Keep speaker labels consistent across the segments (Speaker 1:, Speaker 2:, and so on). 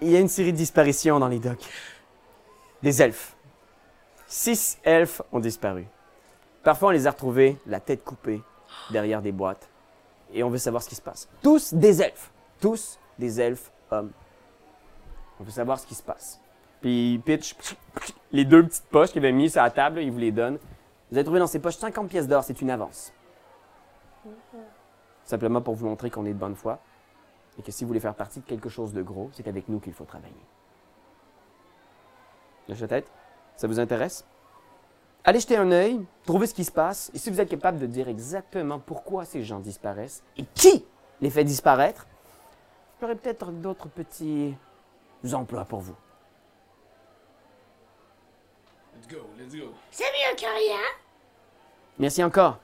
Speaker 1: il y a une série de disparitions dans les docks. Des elfes. Six elfes ont disparu. Parfois, on les a retrouvés la tête coupée derrière des boîtes. Et on veut savoir ce qui se passe. Tous des elfes. Tous des elfes hommes. On veut savoir ce qui se passe. Puis il pitch les deux petites poches qu'il avait mises sur la table, là, il vous les donne. Vous avez trouvé dans ces poches 50 pièces d'or, c'est une avance. Simplement pour vous montrer qu'on est de bonne foi et que si vous voulez faire partie de quelque chose de gros, c'est avec nous qu'il faut travailler. Lâche la tête, ça vous intéresse? Allez jeter un œil, trouvez ce qui se passe, et si vous êtes capable de dire exactement pourquoi ces gens disparaissent et qui les fait disparaître, j'aurai peut-être d'autres petits emplois pour vous.
Speaker 2: Let's go, let's go.
Speaker 3: C'est mieux que rien.
Speaker 1: Merci encore.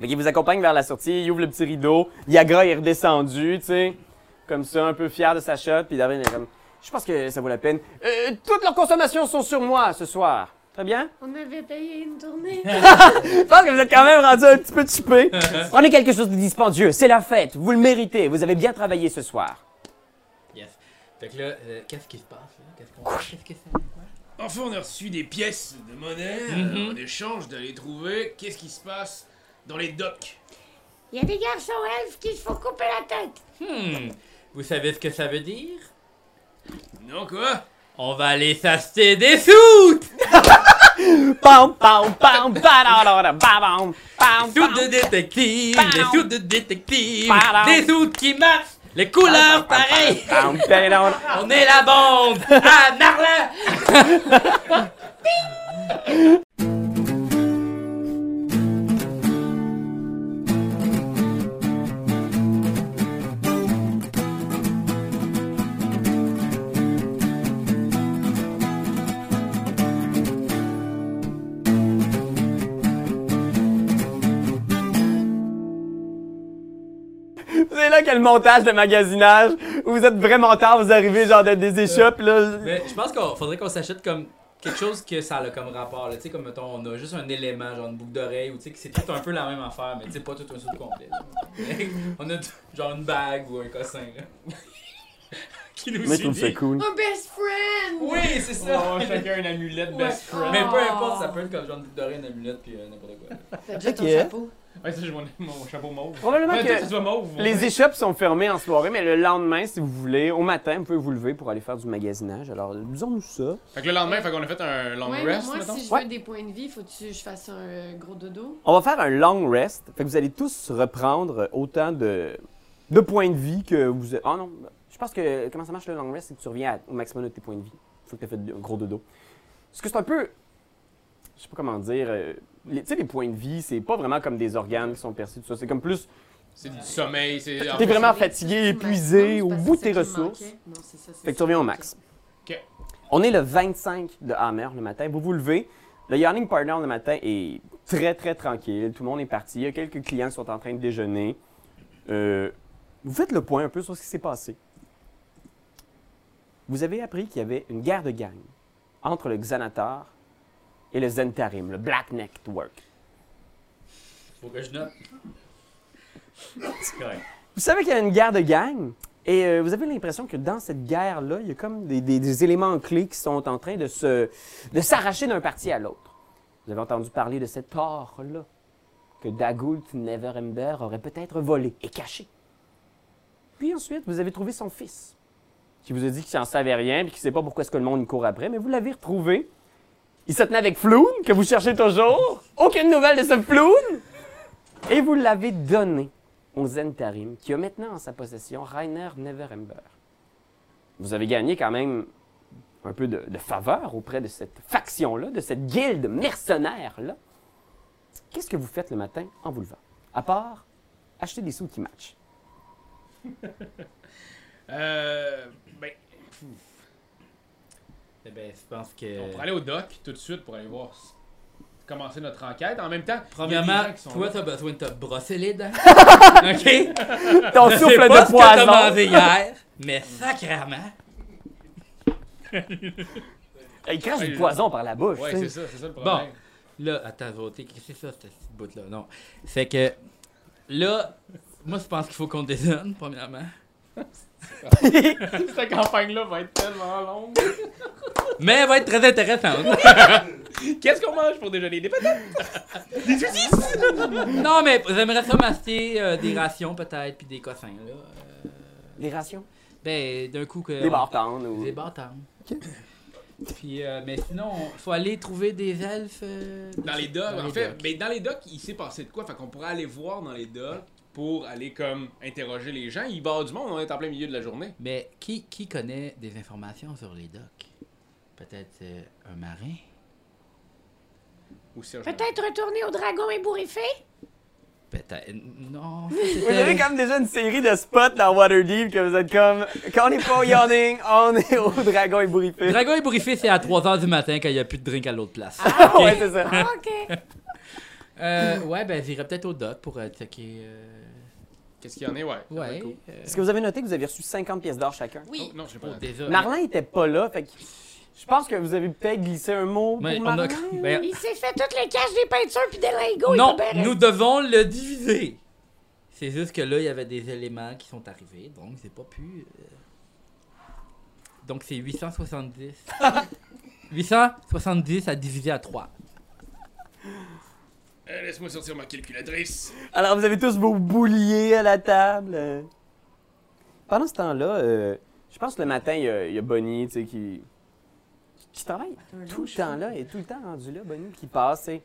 Speaker 1: Fait qu'il vous accompagne vers la sortie, il ouvre le petit rideau, Yagra est redescendu, tu sais, comme ça, un peu fier de sa shot, puis Darwin est comme, je pense que ça vaut la peine. Euh, toutes leurs consommations sont sur moi ce soir. Très bien.
Speaker 3: On avait payé une tournée.
Speaker 1: Je pense que vous êtes quand même rendu un petit peu chipé. Prenez quelque chose de dispendieux, c'est la fête, vous le méritez, vous avez bien travaillé ce soir.
Speaker 4: Yes. Fait que là, euh, qu'est-ce qui se passe? là? Qu'est-ce qu'on Qu'est-ce que c'est? Ouais.
Speaker 2: Enfin, on a reçu des pièces de monnaie euh, en échange de les trouver. Qu'est-ce qui se passe dans les docks?
Speaker 3: Il y a des garçons elfes qui se font couper la tête.
Speaker 4: Hmm. Vous savez ce que ça veut dire?
Speaker 2: Non, quoi?
Speaker 4: On va aller s'acheter des soutes!
Speaker 1: Pam, pam, pam, ba-da-da-da, ba-bam, pam,
Speaker 4: Des soutes
Speaker 1: pam.
Speaker 4: de détective!
Speaker 1: Pam.
Speaker 4: Des soutes de détective!
Speaker 1: Pam.
Speaker 4: Des soutes qui marchent! Les couleurs pareilles!
Speaker 1: Pam, pam,
Speaker 4: On est la bande! Ah, Narlin!
Speaker 1: C'est là quel montage de magasinage où vous êtes vraiment tard, vous arrivez genre d'être des échoppes là.
Speaker 4: Mais je pense qu'il faudrait qu'on s'achète comme quelque chose que ça a comme rapport. là. Tu sais, comme mettons, on a juste un élément, genre une boucle d'oreille, ou tu sais, que c'est tout un peu la même affaire, mais tu sais, pas tout un sou complet. là. on a tout- genre une bague ou un cossin, là. Qui nous
Speaker 1: Moi je trouve ça
Speaker 4: suit.
Speaker 1: cool.
Speaker 3: Mon best friend.
Speaker 4: Oui, c'est ça!
Speaker 2: chacun une amulette ben,
Speaker 4: Ouais.
Speaker 2: best
Speaker 3: friend.
Speaker 4: Mais peu
Speaker 1: Ah.
Speaker 4: importe, ça peut être comme genre une boucle d'oreille, une amulette, puis euh, n'importe quoi.
Speaker 3: T'as déjà ton
Speaker 1: Ok.
Speaker 3: chapeau.
Speaker 2: Ouais, ça, j'ai mon, mon chapeau mauve.
Speaker 1: Probablement
Speaker 2: Ouais,
Speaker 1: que
Speaker 2: toi, ça soit mauve.
Speaker 1: les échoppes sont fermées en soirée, mais le lendemain, si vous voulez, au matin, vous pouvez vous lever pour aller faire du magasinage. Alors, disons-nous ça.
Speaker 2: Fait que le lendemain, fait qu'on a fait un long
Speaker 3: Ouais, mais
Speaker 2: rest,
Speaker 3: moi,
Speaker 2: mettons.
Speaker 3: si je
Speaker 1: Ouais.
Speaker 3: veux des points de vie, faut-tu que je fasse un euh, gros dodo?
Speaker 1: On va faire un long rest. Fait que vous allez tous reprendre autant de, de points de vie que vous. Oh non, je pense que comment ça marche le long rest, c'est que tu reviens à- au maximum de tes points de vie. Faut que tu fait un gros dodo. Parce que c'est un peu. Je sais pas comment dire. euh, les- tu sais, les points de vie, c'est pas vraiment comme des organes qui sont perçus, tout ça. C'est comme plus.
Speaker 2: C'est du sommeil, c'est... en
Speaker 1: T'es
Speaker 2: fait,
Speaker 1: vraiment
Speaker 3: C'est-
Speaker 1: fatigué,
Speaker 3: c'est-
Speaker 1: épuisé,
Speaker 3: Non, c'est
Speaker 1: au
Speaker 3: parce que
Speaker 1: bout de
Speaker 3: c'est
Speaker 1: tes
Speaker 3: ça qui me
Speaker 1: ressources.
Speaker 3: manquait. Non, c'est ça,
Speaker 1: Fait
Speaker 3: c'est
Speaker 1: que tu
Speaker 3: ça.
Speaker 1: reviens au max.
Speaker 2: Ok.
Speaker 1: On est le 25 de Hammer le matin. Vous vous levez. Le Yarning Partner le matin est très, très tranquille. Tout le monde est parti. Il y a quelques clients qui sont en train de déjeuner. Euh, vous faites le point un peu sur ce qui s'est passé. Vous avez appris qu'il y avait une guerre de gang entre le Xanatar et le Zentarim, le Black Network.
Speaker 4: Faut que je note. C'est correct.
Speaker 1: Vous savez qu'il y a une guerre de gang et euh, vous avez l'impression que dans cette guerre-là, il y a comme des, des- des éléments clés qui sont en train de se de s'arracher d'un parti à l'autre. Vous avez entendu parler de cet or-là que Dagult Neverember aurait peut-être volé et caché. Puis ensuite, vous avez trouvé son fils, qui vous a dit qu'il n'en savait rien puis qu'il ne sait pas pourquoi est-ce que le monde y court après, mais vous l'avez retrouvé. Il se tenait avec Floon, que vous cherchez toujours. Aucune nouvelle de ce Floon. Et vous l'avez donné au Zentarim, qui a maintenant en sa possession Rainer Neverember. Vous avez gagné quand même un peu de, de faveur auprès de cette faction-là, de cette guilde mercenaire-là. Qu'est-ce que vous faites le matin en vous levant? À part acheter des sous qui matchent.
Speaker 2: Euh... Ben,
Speaker 4: Eh ben, je pense que.
Speaker 2: on pourrait aller au dock tout de suite pour aller voir... s- Commencer notre enquête. En même temps, il y a des
Speaker 4: Premièrement,
Speaker 2: gens qui sont
Speaker 4: toi,
Speaker 2: là.
Speaker 4: t'as besoin de te brosser les dents. ok?
Speaker 1: Ton
Speaker 4: Je sais
Speaker 1: souffle
Speaker 4: pas
Speaker 1: de
Speaker 4: ce que t'as
Speaker 1: poison!
Speaker 4: mangé hier, mais sacrément.
Speaker 1: Il crache du poison par la bouche.
Speaker 2: Ouais,
Speaker 1: tu sais.
Speaker 2: c'est ça, c'est ça le problème.
Speaker 4: Là, attends, Zoroté, qu'est-ce que c'est ça, cette petite bout-là? Non. Fait que, là, moi, je pense qu'il faut qu'on dézone, premièrement.
Speaker 5: Cette campagne-là va être tellement longue.
Speaker 4: Mais elle va être très intéressante.
Speaker 5: Qu'est-ce qu'on mange pour déjeuner? Des patates? Des soucis?
Speaker 4: non, mais j'aimerais ça masquer euh, des rations, peut-être, puis des cossins, là. Euh,
Speaker 1: Les rations.
Speaker 4: ben, d'un coup que.
Speaker 1: Les barres tendres ou-
Speaker 4: Des bâtards. Puis, euh, mais sinon, on- faut aller trouver des elfes. euh,
Speaker 5: Dans les docks, en fait.
Speaker 4: docks.
Speaker 5: Mais dans les docks, il s'est passé de quoi? Fait qu'on pourrait aller voir dans les docks pour aller comme interroger les gens. Il va y avoir du monde, on est en plein milieu de la journée.
Speaker 4: Mais qui, qui connaît des informations sur les docks Peut-être euh, un marin
Speaker 5: Ou Serge-
Speaker 3: Peut-être retourner au dragon ébouriffé
Speaker 4: Peut-être. euh, Non.
Speaker 1: Vous avez comme déjà une série de spots dans Waterdeep que vous êtes comme quand on est pas au yawning, on est au dragon ébouriffé.
Speaker 4: Dragon et Bourrifé, c'est à 3h du matin quand il n'y a plus de drink à l'autre place.
Speaker 1: ouais, c'est ça.
Speaker 3: Ah, Ok.
Speaker 4: Euh, ouais, ben j'irai peut-être au doc pour euh, checker. euh,
Speaker 5: Qu'est-ce qu'il y en a? Ouais. ça va
Speaker 4: Ouais.
Speaker 5: être cool.
Speaker 4: euh,
Speaker 1: Est-ce que vous avez noté que vous avez reçu 50 pièces d'or chacun?
Speaker 5: Oh, non, j'ai pas.
Speaker 4: oh, déjà.
Speaker 1: Marlin était pas là, fait que je pense que vous avez peut-être glissé un mot
Speaker 4: Mais
Speaker 1: pour
Speaker 4: on a-
Speaker 1: Marlin.
Speaker 4: ben,
Speaker 3: Il s'est fait toutes les caches des peintures puis des lingots.
Speaker 4: non,
Speaker 3: il est pas bien
Speaker 4: nous
Speaker 3: resté.
Speaker 4: devons le diviser. C'est juste que là, il y avait des éléments qui sont arrivés, donc j'ai pas pu. euh, Donc c'est 870. 870 à diviser à 3.
Speaker 2: Euh, Laisse-moi sortir ma calculatrice.
Speaker 1: Alors, vous avez tous vos bouliers à la table. euh. Pendant ce temps-là, euh, je pense que le matin, il y a- il y, a Bonnie, tu sais, qui, qui travaille tout le temps là, et tout le temps rendu là, Bonnie, qui passe, et...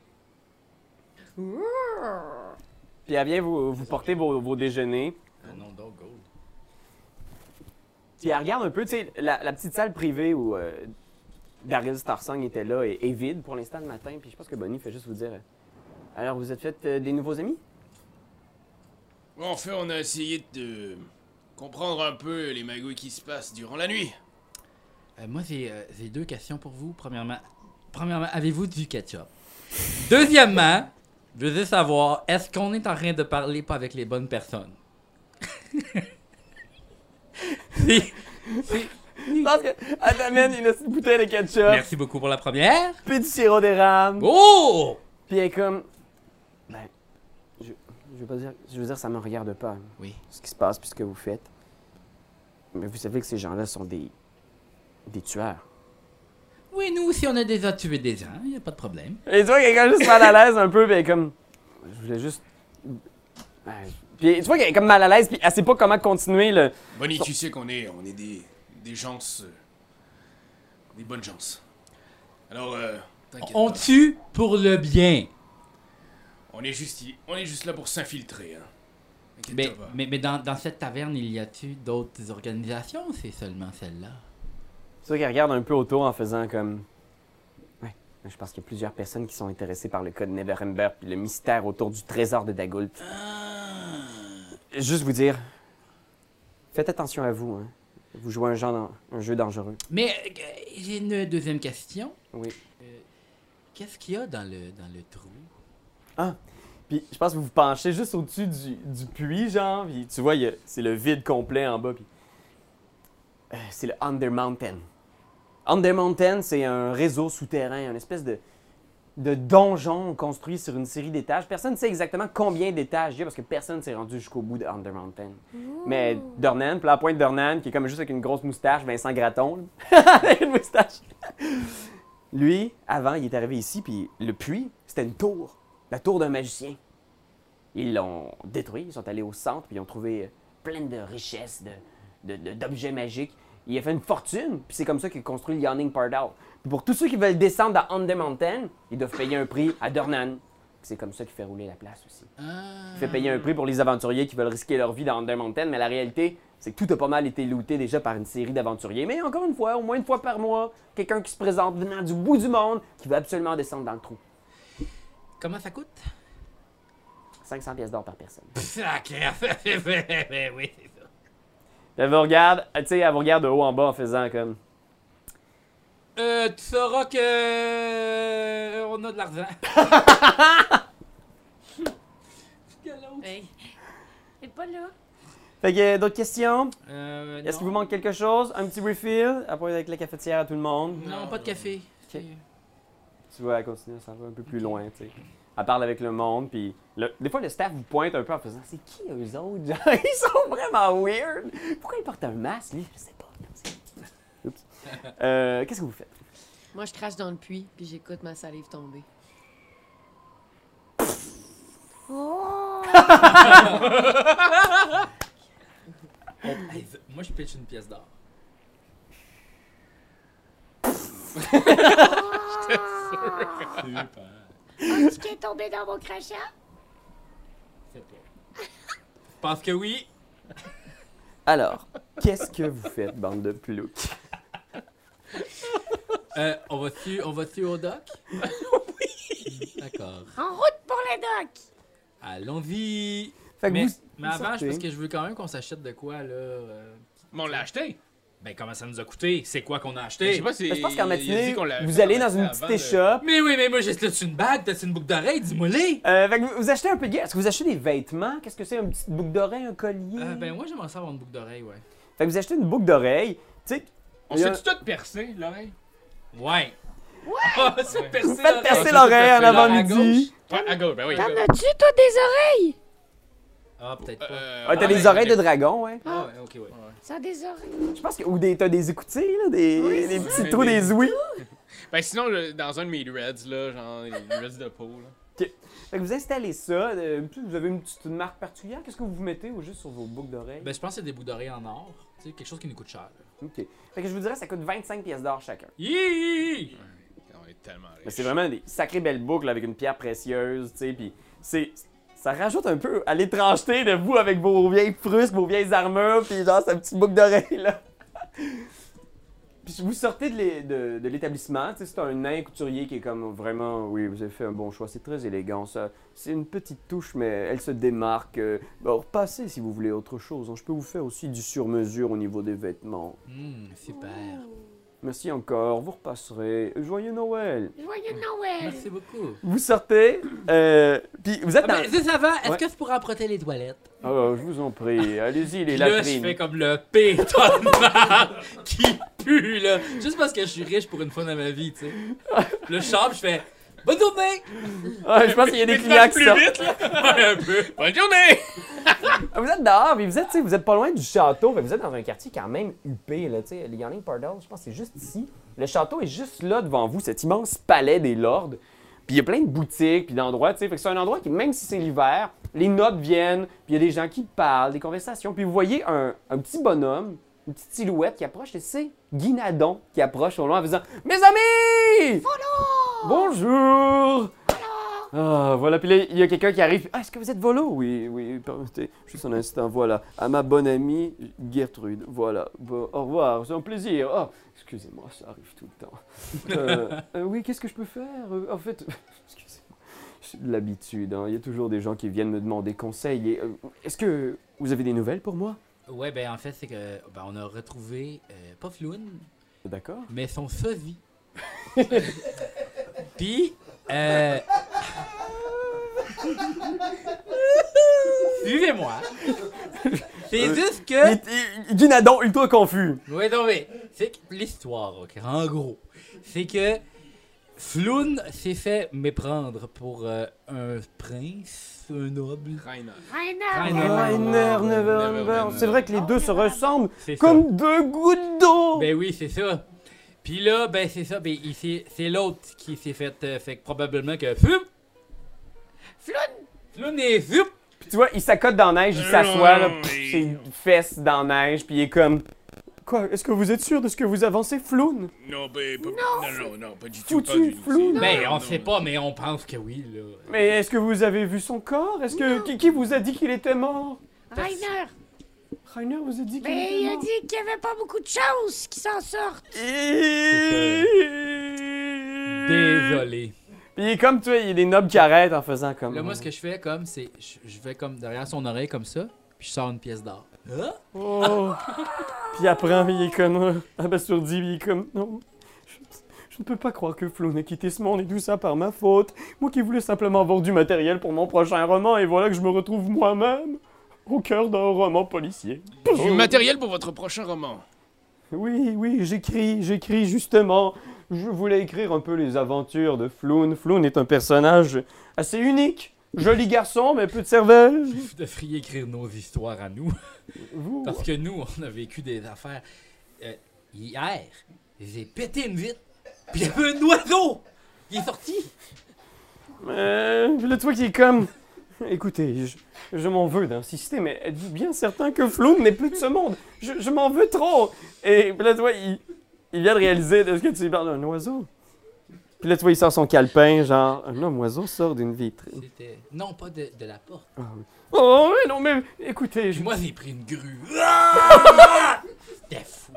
Speaker 1: Puis elle vient vous, vous porter vos, vos déjeuners.
Speaker 4: non, donc gold.
Speaker 1: Puis elle regarde un peu, tu sais, la, la petite salle privée où euh, Daryl Starsong était là est, est vide pour l'instant le matin. Puis je pense que Bonnie fait juste vous dire euh, Alors, vous êtes fait euh, des nouveaux amis
Speaker 2: En fait, on a essayé de comprendre un peu les magouilles qui se passent durant la nuit.
Speaker 4: Euh, moi, j'ai euh, j'ai deux questions pour vous. Premièrement, premièrement avez-vous du ketchup? Deuxièmement, je veux juste savoir, est-ce qu'on est en train de parler pas avec les bonnes personnes? Si-
Speaker 1: Je pense qu'elle t'amène une petite bouteille de ketchup,
Speaker 4: Merci beaucoup pour la première.
Speaker 1: puis du sirop d'érable.
Speaker 4: Oh!
Speaker 1: Puis elle est comme Ben, je, je veux pas dire, je veux dire, ça me regarde pas,
Speaker 4: Oui.
Speaker 1: ce qui se passe, puis ce que vous faites. Mais vous savez que ces gens-là sont des. des tueurs.
Speaker 4: Oui, nous aussi, on a déjà tué des gens, il a pas de problème.
Speaker 1: Et tu vois quelqu'un juste mal à l'aise un peu, puis elle est comme. Je voulais juste. Ben, Puis tu vois qu'elle est comme mal à l'aise, puis elle sait pas comment continuer le.
Speaker 2: Bonnie, tu sais qu'on est, on est des, des gens, euh, des bonnes gens. Alors, euh, t'inquiète
Speaker 4: On
Speaker 2: pas.
Speaker 4: tue pour le bien.
Speaker 2: On est juste, i- on est juste là pour s'infiltrer. Hein. T'inquiète
Speaker 4: Mais,
Speaker 2: pas.
Speaker 4: mais, mais dans, dans cette taverne, il y a-tu d'autres organisations ou c'est seulement celle-là?
Speaker 1: Tu vois qu'elle regarde un peu autour en faisant comme. Ouais, je pense qu'il y a plusieurs personnes qui sont intéressées par le code Neverember puis le mystère autour du trésor de Dagult. Juste vous dire, faites attention à vous. Hein. Vous jouez un, genre dans- un jeu dangereux.
Speaker 4: Mais euh, j'ai une deuxième question. Euh,
Speaker 1: Oui.
Speaker 4: Qu'est-ce qu'il y a dans le, dans le trou?
Speaker 1: Puis je pense que vous vous penchez juste au-dessus du, du puits, genre. Puis tu vois, il y a- c'est le vide complet en bas. Puis... Euh, c'est le Under Mountain. Under Mountain, c'est un réseau souterrain, une espèce de, de donjon construit sur une série d'étages. Personne ne sait exactement combien d'étages il y a parce que personne ne s'est rendu jusqu'au bout de Under Mountain. Mais Dornan, puis la pointe Dornan, qui est comme juste avec une grosse moustache, Vincent Gratton, là. une moustache. Lui, avant, il est arrivé ici, puis le puits, c'était une tour, la tour d'un magicien. Ils l'ont détruit, ils sont allés au centre, puis ils ont trouvé euh, plein de richesses, de- de- de- d'objets magiques. Il a fait une fortune, puis c'est comme ça qu'il a construit le Yawning Portal. Puis pour tous ceux qui veulent descendre dans Under Mountain, ils doivent payer un prix à Dornan. Puis C'est comme ça qu'il fait rouler la place aussi.
Speaker 4: Ah.
Speaker 1: Il fait payer un prix pour les aventuriers qui veulent risquer leur vie dans Under Mountain, mais la réalité, c'est que tout a pas mal été looté déjà par une série d'aventuriers. Mais encore une fois, au moins une fois par mois, quelqu'un qui se présente venant du bout du monde qui veut absolument descendre dans le trou.
Speaker 4: Comment ça coûte?
Speaker 1: 500 pièces d'or par personne.
Speaker 4: Sacré, ben oui, c'est ça.
Speaker 1: Elle vous regarde, euh, tu sais, elle vous regarde de haut en bas en faisant comme.
Speaker 4: Euh, tu sauras que. euh, On a de l'argent.
Speaker 3: Hey. Il est pas là.
Speaker 1: Fait que euh, d'autres questions?
Speaker 4: Euh,
Speaker 1: Est-ce
Speaker 4: non.
Speaker 1: qu'il vous manque quelque chose? Un petit refill? Après avec la cafetière à tout le monde.
Speaker 4: Non, pas de café.
Speaker 1: Tu vas continuer, ça va un peu plus loin, tu sais. Elle parle avec le monde, puis le- des fois, le staff vous pointe un peu en faisant C'est qui eux autres genre? Ils sont vraiment weird. Pourquoi ils portent un masque Lui, je sais pas. Oups. Euh, Qu'est-ce que vous faites
Speaker 6: Moi, je crache dans le puits, puis j'écoute ma salive tomber.
Speaker 4: Hey, v- moi, je pitch une pièce d'or.
Speaker 3: Est-ce qui est Ah, tombé dans mon crachat?
Speaker 4: S'il te plaît. Je pense que oui.
Speaker 1: Alors, qu'est-ce que vous faites, bande de ploucs
Speaker 4: Euh, on va-tu on va au doc? oui! D'accord.
Speaker 3: En route pour les docks!
Speaker 4: Allons-y!
Speaker 1: Fait que
Speaker 4: Mais,
Speaker 1: vous-
Speaker 4: mais
Speaker 1: vous
Speaker 4: avant, je
Speaker 1: sortez.
Speaker 4: pense que je veux quand même qu'on s'achète de quoi, là. euh,
Speaker 2: Mais on l'a acheté.
Speaker 4: Ben, comment ça nous a coûté? C'est quoi qu'on a
Speaker 2: Je
Speaker 4: acheté?
Speaker 2: sais pas si.
Speaker 1: Mais Ben, Je pense qu'en
Speaker 2: il a dit
Speaker 1: matinée,
Speaker 2: qu'on l'a
Speaker 1: vous
Speaker 2: fait en
Speaker 1: allez dans
Speaker 2: matinée
Speaker 1: une
Speaker 2: avant
Speaker 1: petite
Speaker 2: de-
Speaker 1: échappe.
Speaker 4: Mais oui, mais moi, j'ai t'as-tu une bague? T'as-tu une boucle d'oreille? Dis-moi-les!
Speaker 1: Euh, fait que vous, vous achetez un peu de... Est-ce que vous achetez des vêtements? Qu'est-ce que c'est? Une petite boucle d'oreille, un collier?
Speaker 4: Euh, ben, moi, j'aimerais ça avoir une boucle d'oreille, ouais.
Speaker 1: Fait que vous achetez une boucle d'oreille. Tu sais,
Speaker 2: On
Speaker 1: il y a-
Speaker 2: s'est-tu tout percé, l'oreille
Speaker 4: Ouais! Ouais! On s'est percé Ah,
Speaker 1: vous faites percer l'oreille en
Speaker 4: l'oreille. Percer l'oreille à
Speaker 1: avant-midi.
Speaker 2: Ouais, à gauche, ben oui.
Speaker 3: T'en as-tu, toi, des oreilles?
Speaker 4: Ah, peut-être pas.
Speaker 2: Euh,
Speaker 1: Ah, t'as des oreilles de dragon, hein?
Speaker 4: Ah, ouais, ok, ouais.
Speaker 3: Ça a des oreilles.
Speaker 1: Je pense que... Ou des, t'as des écoutilles, là, des, des petits
Speaker 2: ça.
Speaker 1: trous, des ouïes.
Speaker 2: Ben sinon, le- dans un de mes reds, là, genre, les reds de peau, là.
Speaker 1: Fait que vous installez ça. euh, puis vous avez une petite une marque particulière. Qu'est-ce que vous mettez au juste sur vos boucles d'oreille?
Speaker 4: Ben, je pense que c'est des boucles d'oreille en or. Tu sais, quelque chose qui nous coûte cher, là.
Speaker 1: OK. Fait que je vous dirais, ça coûte 25 pièces d'or chacun.
Speaker 4: Yee!
Speaker 2: On est tellement
Speaker 1: Mais
Speaker 2: riches.
Speaker 1: c'est vraiment des sacrées belles boucles avec une pierre précieuse, tu sais, puis c'est... Ça rajoute un peu à l'étrangeté de vous avec vos vieilles frusques, vos vieilles armures, puis genre cette petite boucle d'oreille, là. puis vous sortez de l'é- de de l'établissement, tu sais, c'est un nain couturier qui est comme vraiment... Oui, vous avez fait un bon choix, c'est très élégant, ça. C'est une petite touche, mais elle se démarque. euh, Bon, repassez si vous voulez autre chose. hein. Je peux vous faire aussi du sur-mesure au niveau des vêtements.
Speaker 4: Hum, super.
Speaker 1: Merci encore, vous repasserez. Joyeux Noël
Speaker 3: Joyeux Noël!
Speaker 4: Merci beaucoup.
Speaker 1: vous sortez, euh, puis vous êtes
Speaker 4: Ah,
Speaker 1: dans...
Speaker 4: mais c'est ça va, est-ce
Speaker 1: Ouais.
Speaker 4: que c'est pour emprunter les toilettes?
Speaker 1: Oh, je vous en prie, allez-y, les
Speaker 4: Puis là, je fais
Speaker 1: latrines.
Speaker 4: comme le pétonnard qui pue, là. Juste parce que je suis riche pour une fois dans ma vie, tu sais. Puis là, je sors, puis je fais Bonne journée!
Speaker 1: Ah, je pense qu'il y a des clients qui sortent.
Speaker 4: Ouais, un peu.
Speaker 2: Bonne journée!
Speaker 1: Ah, Vous êtes dehors, mais vous êtes, tu sais, vous êtes pas loin du château, mais vous êtes dans un quartier quand même huppé, là, tu sais. Les Yawning Portal, je pense que c'est juste ici. Le château est juste là devant vous, cet immense palais des lords. Puis il y a plein de boutiques, puis d'endroits, tu sais. Fait que c'est un endroit qui, même si c'est l'hiver, les nobles viennent, puis il y a des gens qui parlent, des conversations. Puis vous voyez un, un petit bonhomme, une petite silhouette qui approche, et c'est Guinadon qui approche au loin en faisant « Mes amis! Bonjour! Ah, voilà. Puis là, il y a quelqu'un qui arrive. Ah, est-ce que vous êtes volo? Oui, oui. permettez. Juste un instant, voilà. À ma bonne amie Gertrude. Voilà. Bon, au revoir. C'est un plaisir. Ah, excusez-moi, ça arrive tout le temps. Euh, euh, oui, qu'est-ce que je peux faire? Euh, en fait, excusez-moi. C'est de l'habitude. hein. Il y a toujours des gens qui viennent me demander conseil. Et, euh, est-ce que vous avez des nouvelles pour moi?
Speaker 4: Ouais, ben en fait, c'est que ben, on a retrouvé, euh, pas Floune,
Speaker 1: D'accord.
Speaker 4: mais son sosie. Puis, euh... suivez-moi. C'est juste que.
Speaker 1: Guinadon ultra confus.
Speaker 4: Oui, non, mais c'est que l'histoire, ok, en gros, c'est que Floun s'est fait méprendre pour euh, un prince, un noble.
Speaker 2: Rainer.
Speaker 3: Rainer!
Speaker 4: Rainer.
Speaker 1: Rainer Neverember.
Speaker 2: Neverember.
Speaker 1: C'est vrai que les deux se ressemblent
Speaker 4: C'est ça.
Speaker 1: comme deux gouttes d'eau.
Speaker 4: Ben oui, c'est ça. Puis là, ben c'est ça, ben il s'est- c'est l'autre qui s'est fait, euh, fait que probablement que Floun,
Speaker 3: Floune!
Speaker 4: Floun est fou.
Speaker 1: Tu vois, il s'accote dans la neige, il s'assoit, là, pff, ses fesses dans la neige, puis il est comme. Quoi, est-ce que vous êtes sûr de ce que vous avancez, Floun?
Speaker 2: Non, ben, pas, non, non, non, pas du tout.
Speaker 1: Foutu
Speaker 2: pas du tout.
Speaker 1: flou.
Speaker 2: Non,
Speaker 4: Ben
Speaker 2: non,
Speaker 4: on
Speaker 2: non.
Speaker 4: sait pas, mais on pense que oui là.
Speaker 1: Mais est-ce que vous avez vu son corps? Est-ce que. Qui, qui vous a dit qu'il était mort?
Speaker 3: Rainer!
Speaker 1: Rainer vous a dit qu'il
Speaker 3: Mais
Speaker 1: était
Speaker 3: il a
Speaker 1: mort.
Speaker 3: dit qu'il n'y avait pas beaucoup de chance qui s'en sortent!
Speaker 1: Et-
Speaker 4: Désolé.
Speaker 1: Puis il est comme, tu vois, il est noble qui arrête en faisant comme.
Speaker 4: Là moi ce que je fais comme c'est, je je vais comme derrière son oreille comme ça, puis je sors une pièce d'or.
Speaker 1: Oh! puis après, il est comme euh, abasourdi, puis il est comme non. Je, je ne peux pas croire que Flo n'ait quitté ce monde et tout ça par ma faute. Moi qui voulais simplement avoir du matériel pour mon prochain roman, et voilà que je me retrouve moi-même au cœur d'un roman policier. Oh.
Speaker 2: Du matériel pour votre prochain roman.
Speaker 1: Oui, oui, j'écris, j'écris justement. Je voulais écrire un peu les aventures de Floon. Floon est un personnage assez unique. Joli garçon, mais peu de cervelle.
Speaker 4: Vous devriez écrire nos histoires à nous.
Speaker 1: Vous.
Speaker 4: Parce que nous, on a vécu des affaires. Euh, hier, j'ai pété une vitre, puis il y avait un oiseau qui est sorti.
Speaker 1: Euh, puis le truc qui est comme. Écoutez, je, je m'en veux d'insister, mais êtes-vous bien certain que Floon n'est plus de ce monde Je, je m'en veux trop Et puis là, tu vois, il, il vient de réaliser est-ce que tu lui parles d'un oiseau Puis là, tu vois, il sort son calepin, genre un homme oiseau sort d'une vitre.
Speaker 4: C'était. Non, pas de, de la porte.
Speaker 1: Oh, mais non, mais écoutez,
Speaker 4: Puis
Speaker 1: je.
Speaker 4: moi, j'ai pris une grue. C'était fou.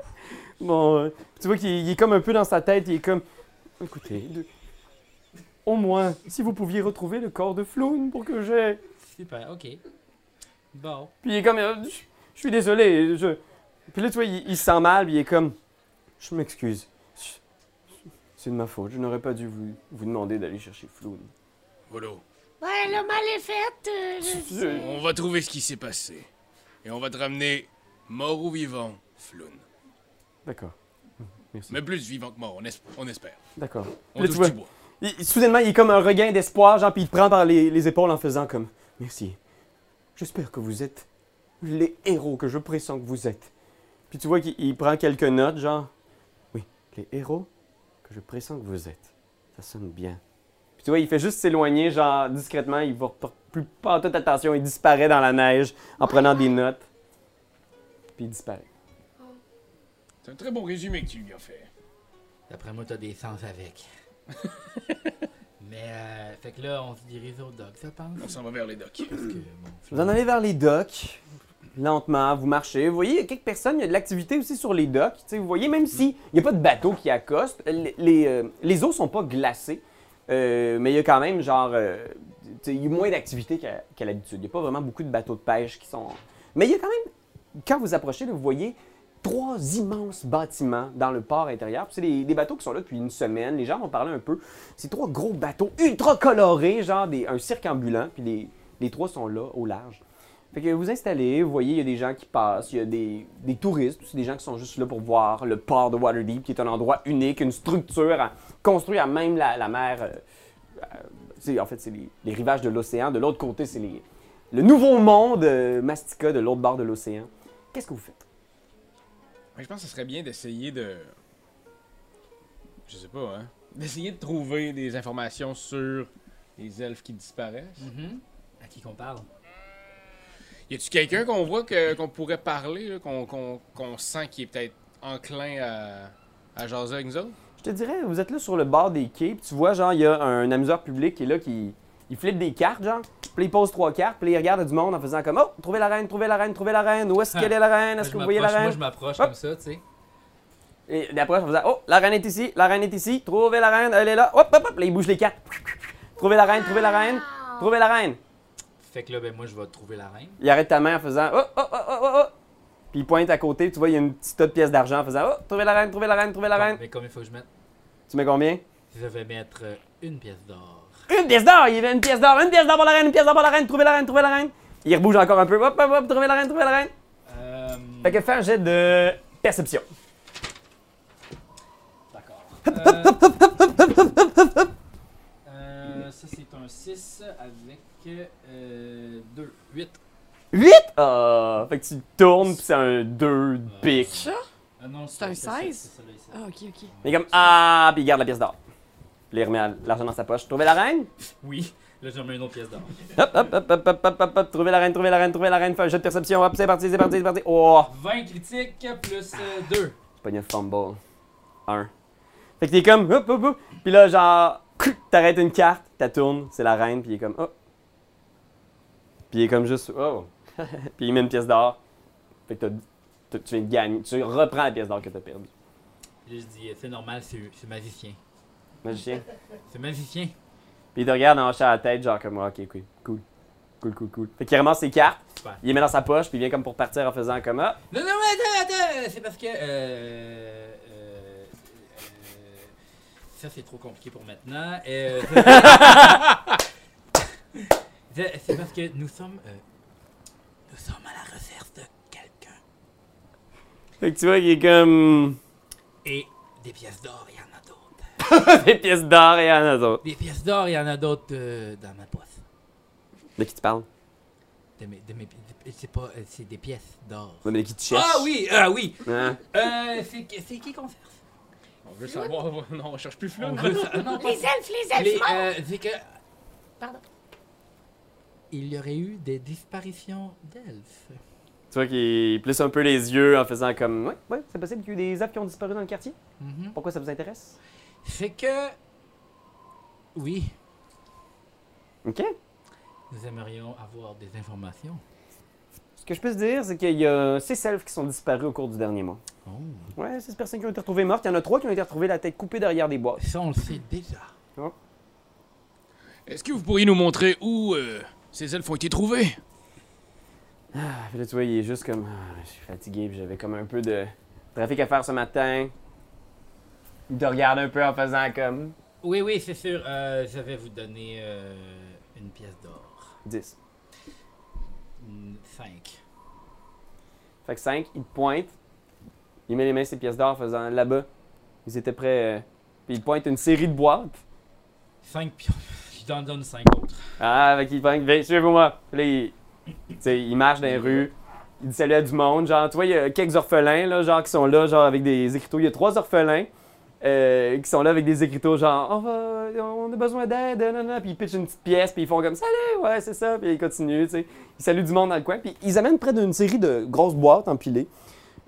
Speaker 1: Bon, euh, tu vois qu'il il est comme un peu dans sa tête, il est comme. Écoutez, de- au moins, si vous pouviez retrouver le corps de Floon pour que j'aie.
Speaker 4: Super, ok. Bon.
Speaker 1: Puis il est comme, euh, je je suis désolé. Je... Puis là, tu vois, il, il se sent mal, puis il est comme, je m'excuse. Je- je- C'est de ma faute. Je n'aurais pas dû vous, vous demander d'aller chercher Floon.
Speaker 7: Voilà.
Speaker 8: Ouais, le mal est fait. euh, je sais.
Speaker 7: On va trouver ce qui s'est passé. Et on va te ramener mort ou vivant, Floun.
Speaker 1: D'accord. Merci.
Speaker 7: Mais plus vivant que mort, on, esp- on espère.
Speaker 1: D'accord.
Speaker 7: On
Speaker 1: Là, tu
Speaker 7: touche
Speaker 1: vois,
Speaker 7: du bois.
Speaker 1: il- il- soudainement, il est comme un regain d'espoir, genre, puis il te prend par les, les épaules en faisant comme, merci. J'espère que vous êtes les héros que je pressens que vous êtes. Puis tu vois qu'il il prend quelques notes, genre, oui, les héros que je pressens que vous êtes. Ça sonne bien. Puis tu vois, il fait juste s'éloigner, genre discrètement, il va porte plus pas toute attention, il disparaît dans la neige en prenant des notes. Puis il disparaît.
Speaker 2: C'est un très bon résumé que tu lui as fait.
Speaker 4: D'après moi, t'as des sens avec. Mais, euh, fait que là, on se dirige au dog, ça pense.
Speaker 2: On s'en va vers les docks.
Speaker 4: Parce que, bon,
Speaker 1: Vous en allez vers les docks, lentement, vous marchez. Vous voyez, il y a quelques personnes, il y a de l'activité aussi sur les docks. Tu sais, vous voyez, même s'il n'y a pas de bateau qui accoste, les, les, euh, les eaux sont pas glacées, euh, mais il y a quand même, genre, euh, tu sais, il y a moins d'activité qu'à qu'à l'habitude. Il n'y a pas vraiment beaucoup de bateaux de pêche qui sont. Mais il y a quand même, quand vous approchez, là, vous voyez trois immenses bâtiments dans le port intérieur. Puis C'est des, des bateaux qui sont là depuis une semaine. Les gens en ont parlé un peu. C'est trois gros bateaux ultra colorés, genre des- un cirque ambulant, puis les, les trois sont là, au large. Fait que vous installez, vous voyez, il y a des gens qui passent, il y a des, des touristes, c'est des gens qui sont juste là pour voir le port de Waterdeep, qui est un endroit unique, une structure à- construite à même la, la mer. euh, euh, c'est- en fait, c'est les, les rivages de l'océan. De l'autre côté, c'est les- le nouveau monde euh, Mastica de l'autre bord de l'océan. Qu'est-ce que vous faites?
Speaker 2: Ouais, je pense que ce serait bien d'essayer de. Je sais pas, hein. D'essayer de trouver des informations sur les elfes qui disparaissent.
Speaker 4: Mhm. À qui qu'on parle?
Speaker 2: Y a-tu quelqu'un qu'on voit que- qu'on pourrait parler, là, qu'on qu'on- qu'on sent qui est peut-être enclin à, à jaser avec nous autres?
Speaker 1: Je te dirais, vous êtes là sur le bord des quais, puis tu vois, genre, il y a un amuseur public qui est là, qui il flippe des cartes, genre, puis il pose trois cartes, puis il regarde du monde en faisant comme Oh, trouvez la reine, trouvez la reine, trouvez la reine, où est-ce qu'elle est la reine,
Speaker 4: Moi,
Speaker 1: est-ce
Speaker 4: je
Speaker 1: que vous voyez la
Speaker 4: m'approche- Moi,
Speaker 1: reine
Speaker 4: je m'approche
Speaker 1: Hop.
Speaker 4: comme ça, tu sais.
Speaker 1: Et d'après, en faisant Oh, la reine est ici, la reine est ici, trouvez la reine, elle est là, hop, hop, hop, là, il bouge les cartes. Trouvez la reine, trouvez la reine, trouvez la reine.
Speaker 4: Fait que là, ben, moi, je vais trouver la reine.
Speaker 1: Il arrête ta main en faisant Oh, oh, oh, oh, oh, oh. Puis il pointe à côté, puis tu vois, il y a une petite tas de pièces d'argent en faisant Oh, trouvez la reine, trouvez la reine, trouvez la
Speaker 4: Bon,
Speaker 1: reine.
Speaker 4: Mais comme il faut que je mette,
Speaker 1: Tu mets combien
Speaker 4: je vais mettre euh, une pièce d'or.
Speaker 1: Une pièce d'or, il y avait une pièce d'or, une pièce d'or pour la reine, une pièce d'or pour la reine, trouvez la reine, trouvez la reine. Il rebouge encore un peu, hop, hop, hop, trouvez la reine, trouvez la reine.
Speaker 4: Euh,
Speaker 1: Fait que fais un jet de perception.
Speaker 4: D'accord. Euh, euh, ça, c'est un 6 avec euh, 2. 8.
Speaker 1: 8! Ah, fait que tu tournes pis c'est un 2 de pique.
Speaker 4: Ah non,
Speaker 3: C'est un 16?
Speaker 4: c'est celui-là ici.
Speaker 3: Ah, ok, ok.
Speaker 1: Il est comme, ah, pis il garde la pièce d'or. Puis il remet à- l'argent dans sa poche. Trouvez la reine?
Speaker 4: Oui, là, j'en mets une autre pièce d'or.
Speaker 1: Hop, hop, hop, hop, hop, hop, hop, hop, trouvez la reine, trouvez la reine, trouvez la reine, fais un jet de perception, hop, c'est parti, c'est parti, c'est parti. Oh!
Speaker 4: 20 critiques plus euh, 2.
Speaker 1: Pas une fumble. 1. Fait que t'es comme, hop, hop, hop. Pis là, genre, t'arrêtes une carte, t'as tourne, c'est la reine, pis il est comme, oh. Puis il est comme juste, oh. Puis il met une pièce d'or. Fait que t'as- t'as- tu viens de gagner, tu reprends la pièce d'or que t'as perdue.
Speaker 4: Là, je dis, euh, c'est normal, c'est c'est magicien.
Speaker 1: Magicien.
Speaker 4: C'est magicien.
Speaker 1: Puis il te regarde en hochant la tête, genre comme, ok, cool, cool. Cool, cool, cool. Fait qu'il ramasse ses cartes,
Speaker 4: Super.
Speaker 1: il les met dans sa poche, puis il vient comme pour partir en faisant comme, ah.
Speaker 4: Non, non, mais attends, attends, c'est parce que. euh, euh, euh, ça, c'est trop compliqué pour maintenant. Euh, ça, c'est c'est parce que nous sommes. euh, nous sommes à la recherche de quelqu'un.
Speaker 1: Fait que tu vois, il est comme.
Speaker 4: Et des pièces d'or, il y en a d'autres.
Speaker 1: Des pièces d'or et un autre.
Speaker 4: Des pièces d'or, il y en a d'autres euh, dans ma poche.
Speaker 1: De qui tu parles?
Speaker 4: De mes, de mes- de- c'est pas, euh, c'est des pièces d'or.
Speaker 1: Ouais, mais de qui tu cherches?
Speaker 4: Ah oui, ah oui.
Speaker 1: Hein?
Speaker 4: Euh, c'est c'est qui qu'on cherche
Speaker 2: On veut savoir. Non, on cherche plus Flood.
Speaker 4: On veut ça- Ah, non, pas-
Speaker 8: Les elfes, les elfes
Speaker 4: Les,
Speaker 8: morts.
Speaker 4: euh, c'est que
Speaker 8: Pardon.
Speaker 4: il y aurait eu des disparitions d'elfes.
Speaker 1: Tu vois qu'il plisse un peu les yeux en faisant comme. Ouais, ouais, c'est possible qu'il y ait des elfes qui ont disparu dans le quartier.
Speaker 4: Mhm.
Speaker 1: Pourquoi ça vous intéresse?
Speaker 4: C'est que oui,
Speaker 1: OK.
Speaker 4: nous aimerions avoir des informations.
Speaker 1: Ce que je peux te dire, c'est qu'il y a six elfes qui sont disparus au cours du dernier mois.
Speaker 4: Oh.
Speaker 1: Ouais, six personnes qui ont été retrouvées mortes. Il y en a trois qui ont été retrouvées la tête coupée derrière des boîtes.
Speaker 4: Ça, on le sait déjà.
Speaker 2: Est-ce que vous pourriez nous montrer où euh, ces elfes ont été trouvés
Speaker 1: Ah, puis là, tu vois, il est juste comme. Ah, je suis fatigué, puis j'avais comme un peu de trafic à faire ce matin. Il te regarde un peu en faisant comme.
Speaker 4: Oui, oui, c'est sûr. Euh, je vais vous donner euh, une pièce d'or.
Speaker 1: 10.
Speaker 4: Une- Cinq.
Speaker 1: Fait que 5, il te pointe. Il met les mains sur les pièces d'or en faisant là-bas. Ils étaient prêts. euh, Puis il pointe une série de boîtes.
Speaker 4: Cinq pions. Je t'en donne cinq autres.
Speaker 1: Ah, avec qui pointe. Viens, suivez-moi. Puis là, il, tu sais, il marche dans les rues. Il dit salut à du monde. Genre, tu vois, il y a quelques orphelins, là, genre, qui sont là, genre, avec des écriteaux. Il y a trois orphelins euh, qui sont là avec des écriteaux, genre, on, va, on a besoin d'aide, nanana. Puis ils pitchent une petite pièce, puis ils font comme salut, ouais, c'est ça. Puis ils continuent, tu sais. Ils saluent du monde dans le coin. Puis ils amènent près d'une série de grosses boîtes empilées.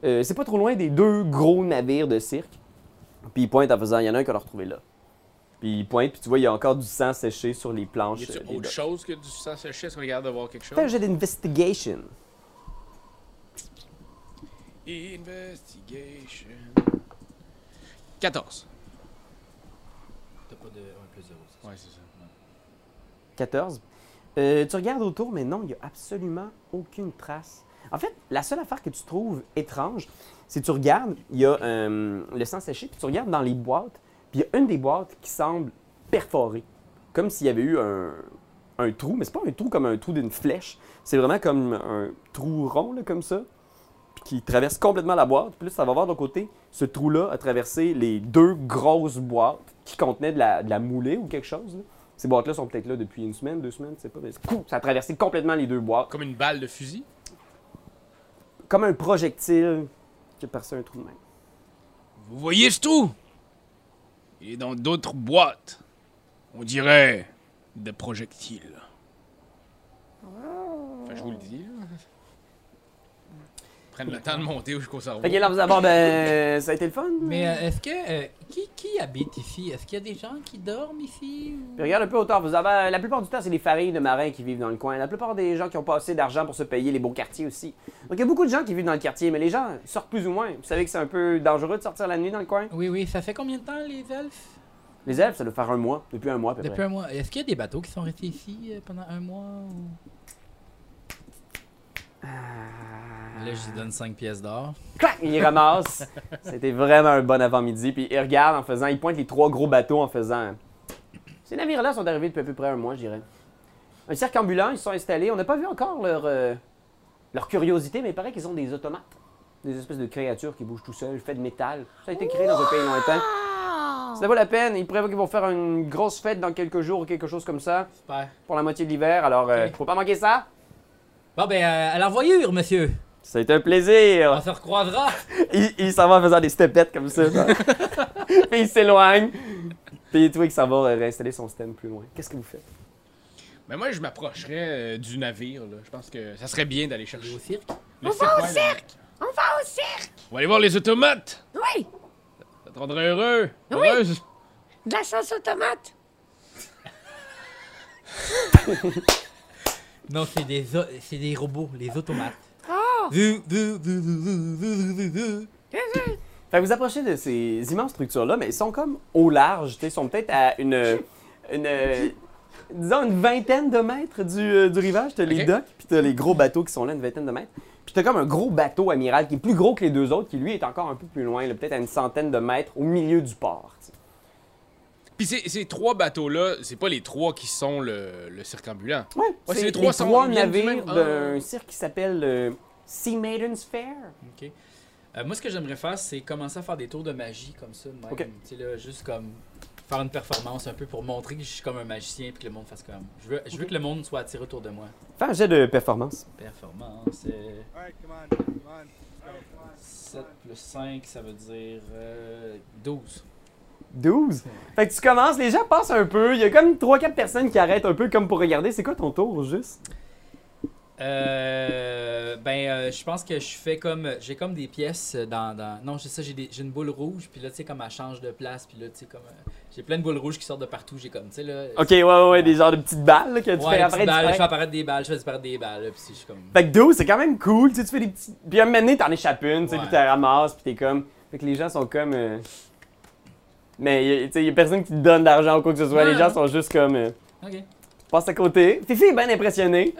Speaker 1: Euh, c'est pas trop loin des deux gros navires de cirque. Puis ils pointent en faisant, il y en a un qu'on a retrouvé là. Puis ils pointent, puis tu vois, il y a encore du sang séché sur les planches.
Speaker 2: Y a
Speaker 1: euh, des
Speaker 2: autre
Speaker 1: docks.
Speaker 2: chose que du sang séché Est-ce qu'on regarde de voir quelque chose
Speaker 1: Fais un jet d'investigation.
Speaker 2: Investigation. 14.
Speaker 4: T'as pas de un plus zéro, c'est ça?
Speaker 2: Ouais, c'est ça.
Speaker 1: 14. Euh, tu regardes autour, mais non, il n'y a absolument aucune trace. En fait, la seule affaire que tu trouves étrange, c'est que tu regardes, il y a euh, le sang séché, puis tu regardes dans les boîtes, puis il y a une des boîtes qui semble perforée. Comme s'il y avait eu un, un trou, mais c'est pas un trou comme un trou d'une flèche. C'est vraiment comme un trou rond, là, comme ça, puis qui traverse complètement la boîte. Puis là, ça va voir de l'autre côté, ce trou-là a traversé les deux grosses boîtes qui contenaient de la, de la moulée ou quelque chose. là. Ces boîtes-là sont peut-être là depuis une semaine, deux semaines, je sais pas. Mais coup, ça a traversé complètement les deux boîtes.
Speaker 2: Comme une balle de fusil
Speaker 1: Comme un projectile qui a percé un trou de main.
Speaker 2: Vous voyez ce tout Il est dans d'autres boîtes. On dirait des projectiles. Enfin, je vous le dis. là. Prenne le temps de monter jusqu'au cerveau.
Speaker 1: Fait que là, vous avez- bon, ben, ça a été le fun.
Speaker 4: Mais euh, est-ce que. euh, qui, qui habite ici? Est-ce qu'il y a des gens qui dorment ici? ou-
Speaker 1: Puis regarde un peu autour. Vous avez, la plupart du temps, c'est des familles de marins qui vivent dans le coin. La plupart des gens qui ont pas assez d'argent pour se payer les beaux quartiers aussi. Donc, il y a beaucoup de gens qui vivent dans le quartier, mais les gens sortent plus ou moins. Vous savez que c'est un peu dangereux de sortir la nuit dans le coin.
Speaker 4: Oui, oui, ça fait combien de temps les elfes?
Speaker 1: Les elfes, ça doit faire un mois, depuis un mois à peu
Speaker 4: Depuis
Speaker 1: près.
Speaker 4: un mois. Est-ce qu'il y a des bateaux qui sont restés ici euh, pendant un mois? ou-
Speaker 1: Ah.
Speaker 4: Là, je lui donne 5 pièces d'or.
Speaker 1: Clac, il les ramasse. C'était vraiment un bon avant-midi. Puis il regarde en faisant, il pointe les trois gros bateaux en faisant. Ces navires-là sont arrivés depuis à peu près un mois, je dirais. Un cirque ambulant, ils se sont installés. On n'a pas vu encore leur, euh, leur curiosité, mais il paraît qu'ils ont des automates. Des espèces de créatures qui bougent tout seuls, faites de métal. Ça a été créé dans un pays lointain.
Speaker 8: Oh.
Speaker 1: Ça vaut la peine. Ils prévoient qu'ils vont faire une grosse fête dans quelques jours ou quelque chose comme ça,
Speaker 4: Super.
Speaker 1: pour la moitié de l'hiver. Alors, euh,
Speaker 4: Ok.
Speaker 1: faut pas manquer ça.
Speaker 4: Bon, ben, euh, à la revoyure, monsieur.
Speaker 1: Ça a été un plaisir.
Speaker 4: On se recroisera.
Speaker 1: il, il s'en va en faisant des stepettes comme ça. genre. puis il s'éloigne. Puis tu vois qu'il s'en va euh, réinstaller son stand plus loin. Qu'est-ce que vous faites?
Speaker 2: Mais moi, je m'approcherais euh, du navire. Là. Je pense que ça serait bien d'aller chercher.
Speaker 4: Au cirque.
Speaker 2: Le cirque, ouais, là.
Speaker 8: On va au cirque.
Speaker 2: On va aller voir les automates.
Speaker 8: Oui.
Speaker 2: Ça te rendrait heureux.
Speaker 8: Oui.
Speaker 2: Heureuse.
Speaker 8: De la sauce aux tomates.
Speaker 4: Non, c'est des, o- c'est des robots, les automates.
Speaker 8: Oh.
Speaker 4: Vu, vu, vu, vu, vu, vu, vu, vu, vu.
Speaker 1: Fait que vous approchez de ces immenses structures-là, mais ils sont comme au large. tu sais, Ils sont peut-être à une. une euh, disons une vingtaine de mètres du, euh, du rivage. T'as les
Speaker 2: Ok.
Speaker 1: docks, puis t'as les gros bateaux qui sont là, une vingtaine de mètres. Puis t'as comme un gros bateau amiral qui est plus gros que les deux autres, qui lui est encore un peu plus loin, là, peut-être à une centaine de mètres au milieu du port. tu sais.
Speaker 2: Puis ces, ces trois bateaux-là, c'est pas les trois qui sont le, le cirque ambulant.
Speaker 1: Ouais,
Speaker 2: c'est
Speaker 1: c'est
Speaker 2: les
Speaker 1: les trois,
Speaker 2: trois sont- ils viennent du
Speaker 1: navires
Speaker 2: même-
Speaker 1: d'un
Speaker 2: Ah.
Speaker 1: cirque qui s'appelle euh, Sea Maiden's Fair.
Speaker 4: Ok. Euh, moi, ce que j'aimerais faire, c'est commencer à faire des tours de magie comme ça, même.
Speaker 1: Ok.
Speaker 4: Tu sais, là, juste comme faire une performance un peu pour montrer que je suis comme un magicien puis que le monde fasse comme. Je veux, je veux que le monde soit attiré autour de moi.
Speaker 1: Fais un jet de performance.
Speaker 4: Performance. euh, 7 plus 5, ça veut dire euh, 12.
Speaker 1: 12. Fait que tu commences, les gens passent un peu. Il y a comme 3-4 personnes qui arrêtent un peu comme pour regarder. C'est quoi ton tour, juste?
Speaker 4: Euh, ben, euh, je pense que je fais comme. J'ai comme des pièces dans. dans- non, c'est ça, j'ai des- j'ai une boule rouge, puis là, tu sais, comme elle change de place, puis là, tu sais, comme. euh, j'ai plein de boules rouges qui sortent de partout, j'ai comme, tu sais, là.
Speaker 1: Ok, ouais, ouais, ouais, des genres de petites balles là, que tu
Speaker 4: Ouais,
Speaker 1: fais
Speaker 4: des
Speaker 1: après.
Speaker 4: petites balles,
Speaker 1: tu
Speaker 4: je
Speaker 1: fais-
Speaker 4: fais apparaître des balles, je fais disparaître des balles, là, puis je suis comme.
Speaker 1: Fait que 12, c'est quand même cool. Tu, sais, tu fais des petits. Puis à un moment donné, t'en échappes une, tu sais,
Speaker 4: Ouais.
Speaker 1: puis t'en ramasses, puis t'es comme. Fait que les gens sont comme. euh, Mais il y a- tu sais, il y a personne qui te donne d'argent ou quoi que ce soit.
Speaker 4: Ouais.
Speaker 1: Les gens sont juste comme. euh,
Speaker 4: Ok.
Speaker 1: Passe à côté. Fifi est bien impressionnée.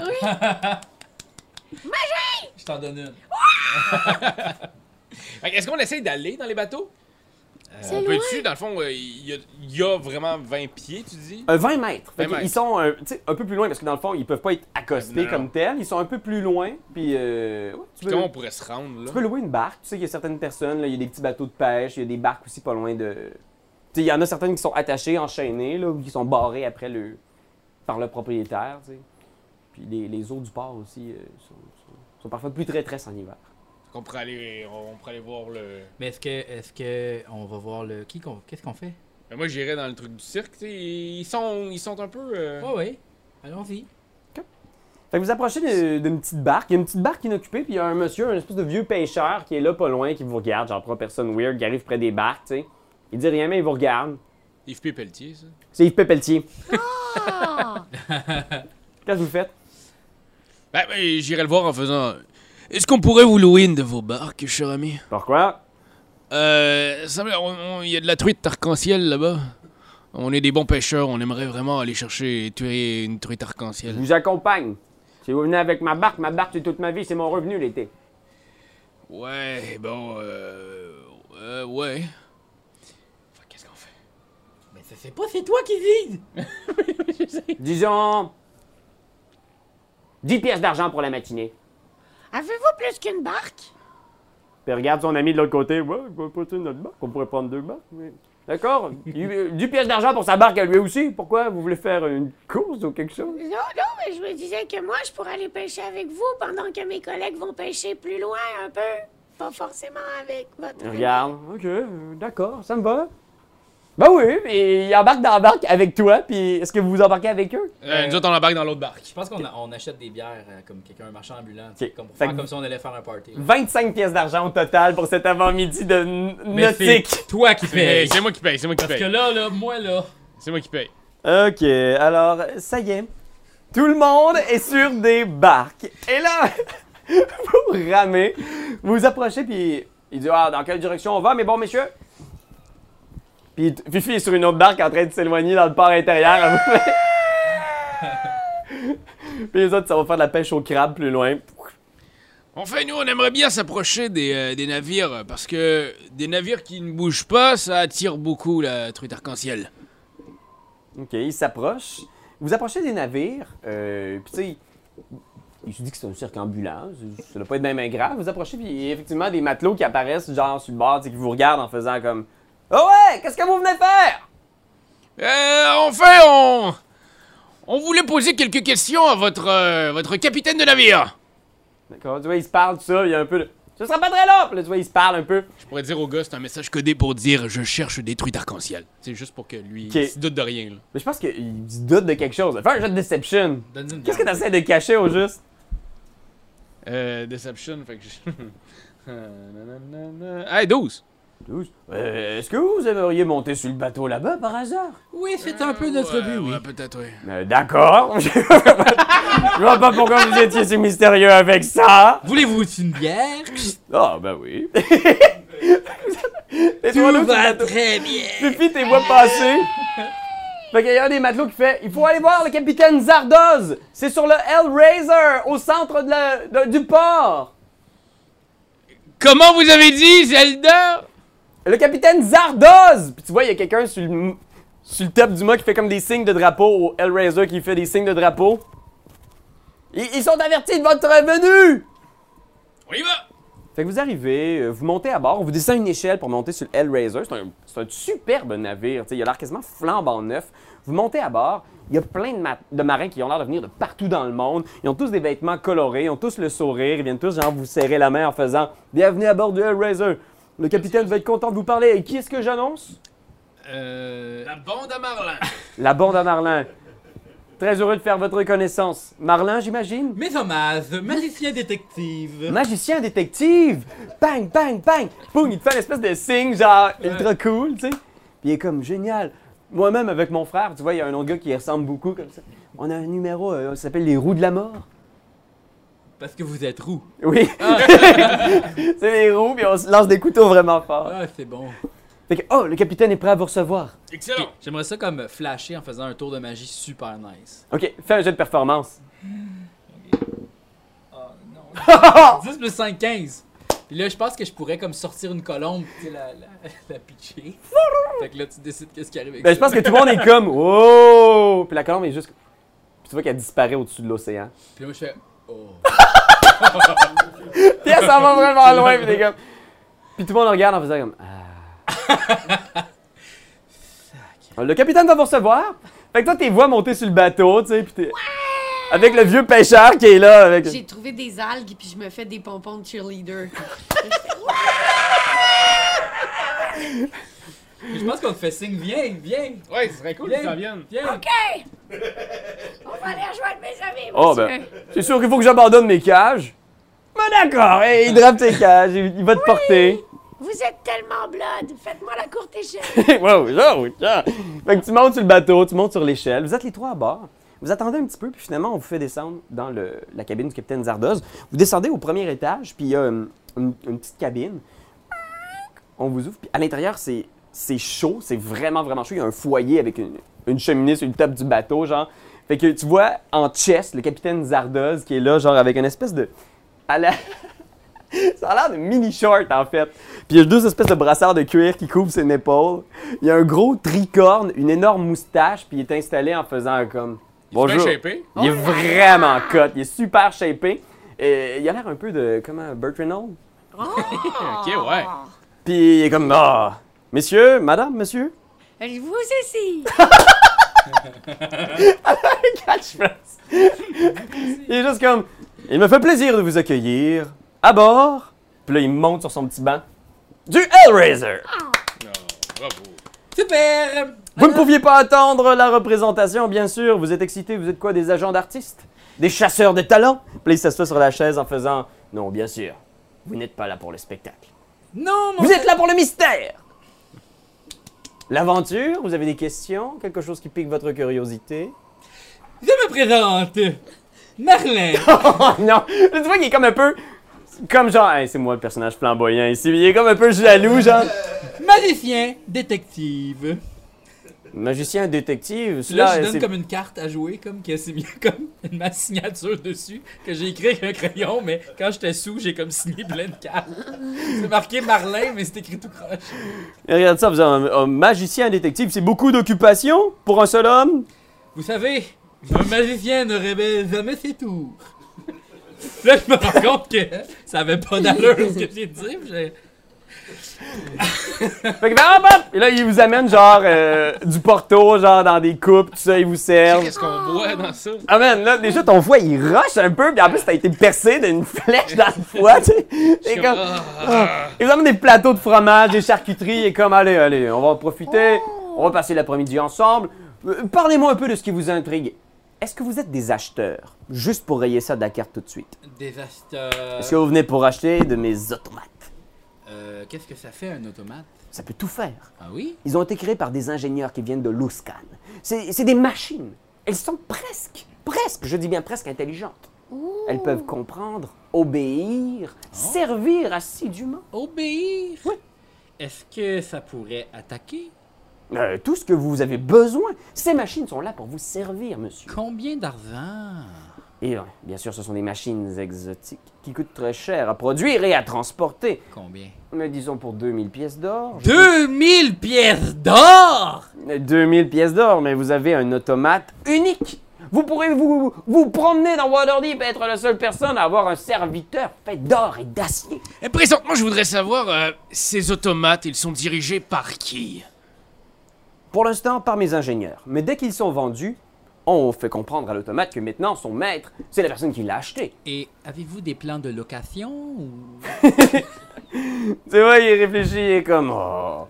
Speaker 4: Je t'en donne une.
Speaker 2: Fait que Est-ce qu'on essaye d'aller dans les bateaux? Euh,
Speaker 3: C'est
Speaker 2: On
Speaker 3: loin.
Speaker 2: peut-tu, dans le fond, euh, il y, a- il y a vraiment 20 pieds, tu dis?
Speaker 1: Un 20 mètres. Fait
Speaker 2: 20
Speaker 1: qu'ils-
Speaker 2: mètres.
Speaker 1: ils sont euh, tu sais, un peu plus loin parce que dans le fond, ils peuvent pas être accostés
Speaker 2: Non.
Speaker 1: comme tels. Ils sont un peu plus loin. Puis. euh, ouais, tu
Speaker 2: Puis
Speaker 1: peux-
Speaker 2: comment on pourrait se rendre, là?
Speaker 1: Tu peux louer une barque. Tu sais, il y a certaines personnes, là, il y a des petits bateaux de pêche, il y a des barques aussi pas loin de. Tu sais, il y en a certaines qui sont attachées, enchaînées, là, ou qui sont barrées après le. par le propriétaire, tu sais. Puis les, les eaux du port aussi euh, sont, sont- sont parfois plus très très en hiver.
Speaker 2: On pourrait aller, on pourrait aller voir le.
Speaker 4: Mais est-ce que. Est-ce que. On va voir le. Qui qu'on- Qu'est-ce qu'on fait?
Speaker 2: Ben, moi, j'irais dans le truc du cirque. tu sais, Ils sont, ils sont un peu. euh,
Speaker 3: Oh.
Speaker 4: Ouais, ouais. Allons-y.
Speaker 1: Fait que vous approchez de- d'une petite barque. Il y a une petite barque inoccupée, puis il y a un monsieur, un espèce de vieux pêcheur qui est là pas loin, qui vous regarde, genre trois personnes weird qui arrive près des barques, tu sais. Il dit rien, mais il vous regarde.
Speaker 2: Yves P. Pelletier, ça.
Speaker 1: C'est Yves Pépeltier.
Speaker 3: Ah!
Speaker 1: Qu'est-ce que vous faites?
Speaker 2: Ben, ben, j'irais le voir en faisant. Est-ce qu'on pourrait vous louer une de vos barques, cher ami?
Speaker 1: Pourquoi?
Speaker 2: Euh. ça me- on- on- Il y a de la truite arc-en-ciel là-bas. On est des bons pêcheurs, on aimerait vraiment aller chercher et tuer une truite
Speaker 1: Je
Speaker 2: arc-en-ciel.
Speaker 1: vous accompagne. Si vous venez avec ma barque, ma barque, c'est toute ma vie, c'est mon revenu l'été.
Speaker 2: Ouais, bon, euh. euh, ouais. Fait que Qu'est-ce qu'on fait?
Speaker 4: Mais ça, c'est pas, c'est toi qui vide!
Speaker 1: Disons. 10 pièces d'argent pour la matinée.
Speaker 8: Avez-vous plus qu'une barque
Speaker 1: Puis regarde son ami de l'autre côté. Ouais, on pourrait pas tuer notre barque. On pourrait prendre deux barques. mais- D'accord. Il- euh, 10 pièces d'argent pour sa barque à lui aussi. Pourquoi vous voulez faire une course ou quelque chose?
Speaker 8: Non, non, mais je me disais que moi, je pourrais aller pêcher avec vous pendant que mes collègues vont pêcher plus loin un peu. Pas forcément avec votre.
Speaker 1: Regarde. Ok, euh, d'accord, ça me va. Ben oui, mais il embarque dans la barque avec toi, puis est-ce que vous vous embarquez avec eux?
Speaker 2: Euh, nous autres, on embarque dans l'autre barque.
Speaker 4: Je pense qu'on a- on achète des bières euh, comme quelqu'un, un marchand ambulant, tu sais,
Speaker 1: Ok.
Speaker 4: comme pour
Speaker 1: Fait
Speaker 4: faire
Speaker 1: que-
Speaker 4: comme si on allait faire un party. là.
Speaker 1: 25 pièces d'argent au total pour cet avant-midi de n-
Speaker 4: Mais
Speaker 1: nautique.
Speaker 4: c'est toi qui
Speaker 2: Mais
Speaker 4: paye.
Speaker 2: c'est moi qui paye, c'est moi qui
Speaker 4: Parce que
Speaker 2: paye.
Speaker 4: là, là, moi, là.
Speaker 2: C'est moi qui paye.
Speaker 1: Ok, alors ça y est. Tout le monde est sur des barques. Et là, vous ramez, vous vous approchez, puis il dit Ah, dans quelle direction on va, mais bon, messieurs Puis t- Fifi est sur une autre barque en train de s'éloigner dans le port intérieur. elle vous fait- puis les autres, ça va faire de la pêche au crabe plus loin.
Speaker 2: Enfin, nous, on aimerait bien s'approcher des, euh, des navires euh, parce que des navires qui ne bougent pas, ça attire beaucoup la truite arc-en-ciel.
Speaker 1: Ok, il s'approche. Vous approchez des navires, euh, puis tu sais, il se dit que c'est un cirque ambulant, c'est- ça doit pas être bien bien grave. Vous approchez, puis il y a effectivement des matelots qui apparaissent, genre sur le bord, tu sais, qui vous regardent en faisant comme Oh ouais, qu'est-ce que vous venez faire
Speaker 2: Euh, enfin, on. On voulait poser quelques questions à votre, euh, votre capitaine de navire.
Speaker 1: D'accord, tu vois, ils se parlent, tout ça, il y a un peu de Ce sera pas très long, Puis là, tu vois, ils se parlent un peu.
Speaker 2: Je pourrais dire au gars, c'est un message codé pour dire je cherche des truites arc-en-ciel. C'est juste pour que lui
Speaker 1: Ok.
Speaker 2: il se doute de rien. là.
Speaker 1: Mais je pense qu'ils se doutent de quelque chose. Fais un jeu de deception.
Speaker 4: Donne une
Speaker 1: Qu'est-ce que t'essaies de cacher au juste
Speaker 2: Euh, Deception, fait que je. Euh, nanana. hey, 12!
Speaker 1: Douze. Euh, Est-ce que vous aimeriez monter sur le bateau là-bas par hasard
Speaker 4: Oui, c'est un peu notre
Speaker 2: Ouais,
Speaker 4: but, oui.
Speaker 2: ouais, peut-être, oui.
Speaker 1: Euh, D'accord. je vois pas pourquoi vous étiez si mystérieux avec ça.
Speaker 4: Voulez-vous une bière?
Speaker 1: Ah, ben oui. Les
Speaker 4: Tout
Speaker 1: trois loups,
Speaker 4: va très bien.
Speaker 1: Fifi, tes voix passer. Fait qu'il y a un des matelots qui fait Il faut aller voir le capitaine Zardoz. C'est sur le Hellraiser, au centre de la- de- du port.
Speaker 2: Comment vous avez dit, Zelda?
Speaker 1: Le capitaine Zardoz. Puis tu vois, il y a quelqu'un sur le, sur le top du mât qui fait comme des signes de drapeau au Hellraiser qui fait des signes de drapeau. Ils, ils sont avertis de votre venue.
Speaker 2: On y va!
Speaker 1: Fait que vous arrivez, euh, vous montez à bord, on vous descend une échelle pour monter sur le Hellraiser. C'est un, c'est un superbe navire, tu sais, il a l'air quasiment flambant neuf. Vous montez à bord, il y a plein de, ma- de marins qui ont l'air de venir de partout dans le monde. Ils ont tous des vêtements colorés, ils ont tous le sourire, ils viennent tous genre vous serrer la main en faisant « Bienvenue à bord du Hellraiser! Le capitaine va être content de vous parler. Et qui est-ce que j'annonce?
Speaker 4: Euh.
Speaker 7: La bande à Marlin.
Speaker 1: La bande à Marlin. Très heureux de faire votre connaissance. Marlin, j'imagine?
Speaker 4: Mes hommages, magicien détective.
Speaker 1: Magicien détective! Bang, bang, bang! Boum, il te fait une espèce de signe, genre, ultra cool, tu sais. Puis il est comme, génial. Moi-même, avec mon frère, tu vois, il y a un autre gars qui y ressemble beaucoup, comme ça. On a un numéro, euh, ça s'appelle les roues de la mort.
Speaker 4: Parce que vous êtes roux.
Speaker 1: Oui. c'est les roues, puis on se lance des couteaux vraiment forts.
Speaker 4: Ah, c'est bon.
Speaker 1: Fait que, oh, le capitaine est prêt à vous recevoir.
Speaker 7: Excellent.
Speaker 4: J'aimerais ça comme flasher en faisant un tour de magie super nice.
Speaker 1: OK, fais un jeu de performance.
Speaker 4: Oh non. 10 plus 5, 15. Puis là, je pense que je pourrais comme sortir une colombe, tu sais, la, la, la pitcher. fait que là, tu décides qu'est-ce qui arrive avec
Speaker 1: Ben, je
Speaker 4: ça.
Speaker 1: pense que tout le monde est comme, oh! Puis la colombe est juste. Puis tu vois qu'elle disparaît au-dessus de l'océan.
Speaker 4: Puis moi, je fais. Oh.
Speaker 1: Puis elle s'en va vraiment loin, puis t'es comme. Puis tout le monde regarde en faisant comme. Ah. le capitaine va vous recevoir. Fait que toi, t'es vois monter sur le bateau, tu sais, puis t'es. Avec le vieux pêcheur qui est là. Avec...
Speaker 3: J'ai trouvé des algues puis je me fais des pompons de cheerleader.
Speaker 4: Puis je pense qu'on te fait signe, viens, viens,
Speaker 2: Ouais, ce serait cool
Speaker 4: Bien.
Speaker 2: qu'ils s'en viennent.
Speaker 4: viens.
Speaker 8: On va aller rejoindre mes amis, monsieur.
Speaker 1: Oh, ben. C'est sûr qu'il faut que j'abandonne mes cages. Ben d'accord, hey, il drape tes cages, il il va te porter.
Speaker 8: Vous êtes tellement blood. Faites-moi la courte échelle.
Speaker 1: wow, wow, tiens. Fait que tu montes sur le bateau, tu montes sur l'échelle. Vous êtes les trois à bord. Vous attendez un petit peu, puis finalement, on vous fait descendre dans le- la cabine du capitaine Zardoz. Vous descendez au premier étage, puis il y a euh, une, une petite cabine. On vous ouvre, puis à l'intérieur, c'est, c'est chaud, c'est vraiment, vraiment chaud. Il y a un foyer avec une, une cheminée sur le top du bateau, genre. Fait que tu vois en chest le capitaine Zardoz qui est là, genre avec une espèce de. à la- Ça a l'air de mini short en fait. Puis il y a deux espèces de brassards de cuir qui couvrent ses épaules. Il y a un gros tricorne, une énorme moustache, puis il est installé en faisant comme. Bonjour.
Speaker 2: shapé.
Speaker 1: Il est vraiment cut, il est super shapé. Et il a l'air un peu de comment Burt Reynolds.
Speaker 2: Ok, ouais.
Speaker 1: Puis il est comme ah, messieurs, madame, monsieur.
Speaker 3: Allez-vous ici?
Speaker 1: catchphrase. il est juste comme Il me fait plaisir de vous accueillir à bord. Puis là, il monte sur son petit banc du Hellraiser.
Speaker 2: Non, bravo.
Speaker 4: Super!
Speaker 1: Vous ne pouviez pas attendre la représentation, bien sûr. Vous êtes excité, vous êtes quoi Des agents d'artistes Des chasseurs de talents Puis là, il s'assoit sur la chaise en faisant Non, bien sûr, vous n'êtes pas là pour le spectacle.
Speaker 4: Non, mon
Speaker 1: Vous êtes là pour le mystère L'aventure, vous avez des questions, quelque chose qui pique votre curiosité
Speaker 4: Je me présente! Merlin!
Speaker 1: Oh non! Tu vois qu'il est comme un peu. Comme genre, Hey, c'est moi le personnage flamboyant ici. Il est comme un peu jaloux, genre.
Speaker 4: Magicien détective.
Speaker 1: Magicien détective,
Speaker 4: Puis là,
Speaker 1: cela,
Speaker 4: je donne
Speaker 1: c'est-
Speaker 4: comme une carte à jouer, comme que c'est mis comme ma signature dessus, que j'ai écrit avec un crayon, mais quand j'étais sous, j'ai comme signé plein de cartes. C'est marqué Marlin, mais c'est écrit tout croche.
Speaker 1: Et Regarde ça, vous avez un, un magicien détective, c'est beaucoup d'occupations pour un seul homme.
Speaker 4: Vous savez, un magicien ne révèle jamais ses tours. Là, je me rends compte que ça avait pas d'allure ce que j'ai dit. puis j'ai-
Speaker 1: Fait que, hop, hop! Et là, il vous amène, genre, euh, du porto, genre, dans des coupes, tout ça, il vous sert.
Speaker 2: Qu'est-ce qu'on boit dans ça?
Speaker 1: Ah man, là, déjà, ton foie, il rush un peu, puis en plus, t'as été percé d'une flèche dans le foie, tu sais. C'est comme... Ah. Il vous amène des plateaux de fromage, des charcuteries, et comme, allez, allez, on va en profiter, on va passer l'après-midi ensemble. Euh, Parlez-moi un peu de ce qui vous intrigue. Est-ce que vous êtes des acheteurs? Juste pour rayer ça de la carte tout de suite.
Speaker 4: Désastreux.
Speaker 1: Est-ce que vous venez pour acheter de mes automates?
Speaker 4: Euh, Qu'est-ce que ça fait un automate?
Speaker 1: Ça peut tout faire.
Speaker 4: Ah oui?
Speaker 1: Ils ont été créés par des ingénieurs qui viennent de Luskan. C'est c'est des machines. Elles sont presque, presque, je dis bien presque intelligentes. Elles peuvent comprendre, obéir, servir assidûment.
Speaker 4: Obéir?
Speaker 1: Oui.
Speaker 4: Est-ce que ça pourrait attaquer?
Speaker 1: Euh, tout ce que vous avez besoin. Ces machines sont là pour vous servir, monsieur.
Speaker 4: Combien d'argent?
Speaker 1: Et euh, bien sûr, ce sont des machines exotiques qui coûtent très cher à produire et à transporter.
Speaker 4: Combien?
Speaker 1: Mais disons pour 2000 pièces d'or. je-
Speaker 4: 2000 pièces d'or!
Speaker 1: Euh, 2000 pièces d'or, mais vous avez un automate unique. Vous pourrez vous, vous promener dans Waterdeep et être la seule personne à avoir un serviteur fait d'or et d'acier.
Speaker 7: Et présentement, je voudrais savoir, euh, ces automates, ils sont dirigés par qui
Speaker 1: Pour l'instant, par mes ingénieurs. Mais dès qu'ils sont vendus, on fait comprendre à l'automate que maintenant, son maître, c'est la personne qui l'a acheté.
Speaker 4: Et avez-vous des plans de location ou...
Speaker 1: Tu vois, il réfléchit et comme... Oh.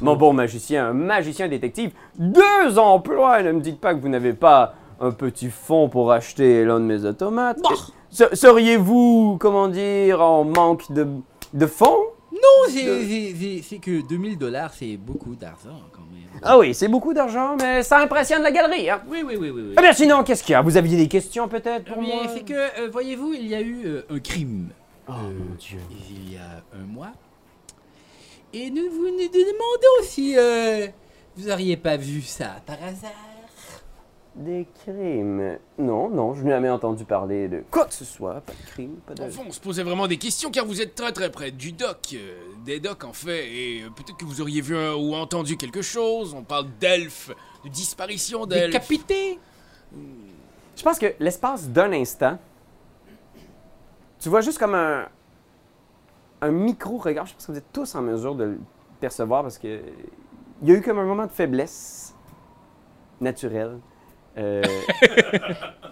Speaker 1: Mon bon magicien, un magicien détective, deux emplois! Ne me dites pas que vous n'avez pas un petit fonds pour acheter l'un de mes automates. Se- Seriez-vous, comment dire, en manque de, de fonds?
Speaker 4: Non, Oh, c'est- c'est c'est- c'est que 2000 dollars, c'est beaucoup d'argent quand même.
Speaker 1: Ah oui, c'est beaucoup d'argent, mais ça impressionne la galerie, hein?
Speaker 4: Oui, oui, oui, oui. oui.
Speaker 1: Eh bien, sinon, qu'est-ce qu'il y a? Vous aviez des questions peut-être
Speaker 4: Eh
Speaker 1: pour
Speaker 4: bien,
Speaker 1: moi?
Speaker 4: c'est que, euh, voyez-vous, il y a eu euh, un crime
Speaker 1: Oh mon dieu.
Speaker 4: il y a un mois. Et nous vous nous demandons si euh, vous auriez pas vu ça par hasard.
Speaker 1: Des crimes. Non, non, je n'ai jamais entendu parler de quoi que ce soit. Pas de crime, pas de.
Speaker 7: Enfin, on se posait vraiment des questions car vous êtes très très près du doc, euh, des docs en fait, et euh, peut-être que vous auriez vu un- ou entendu quelque chose. On parle d'elfes, de disparition d'elfes.
Speaker 4: Décapité
Speaker 1: Je pense que l'espace d'un instant, tu vois juste comme un, un micro-regard. Je pense que vous êtes tous en mesure de le percevoir parce que il y a eu comme un moment de faiblesse naturelle. Euh,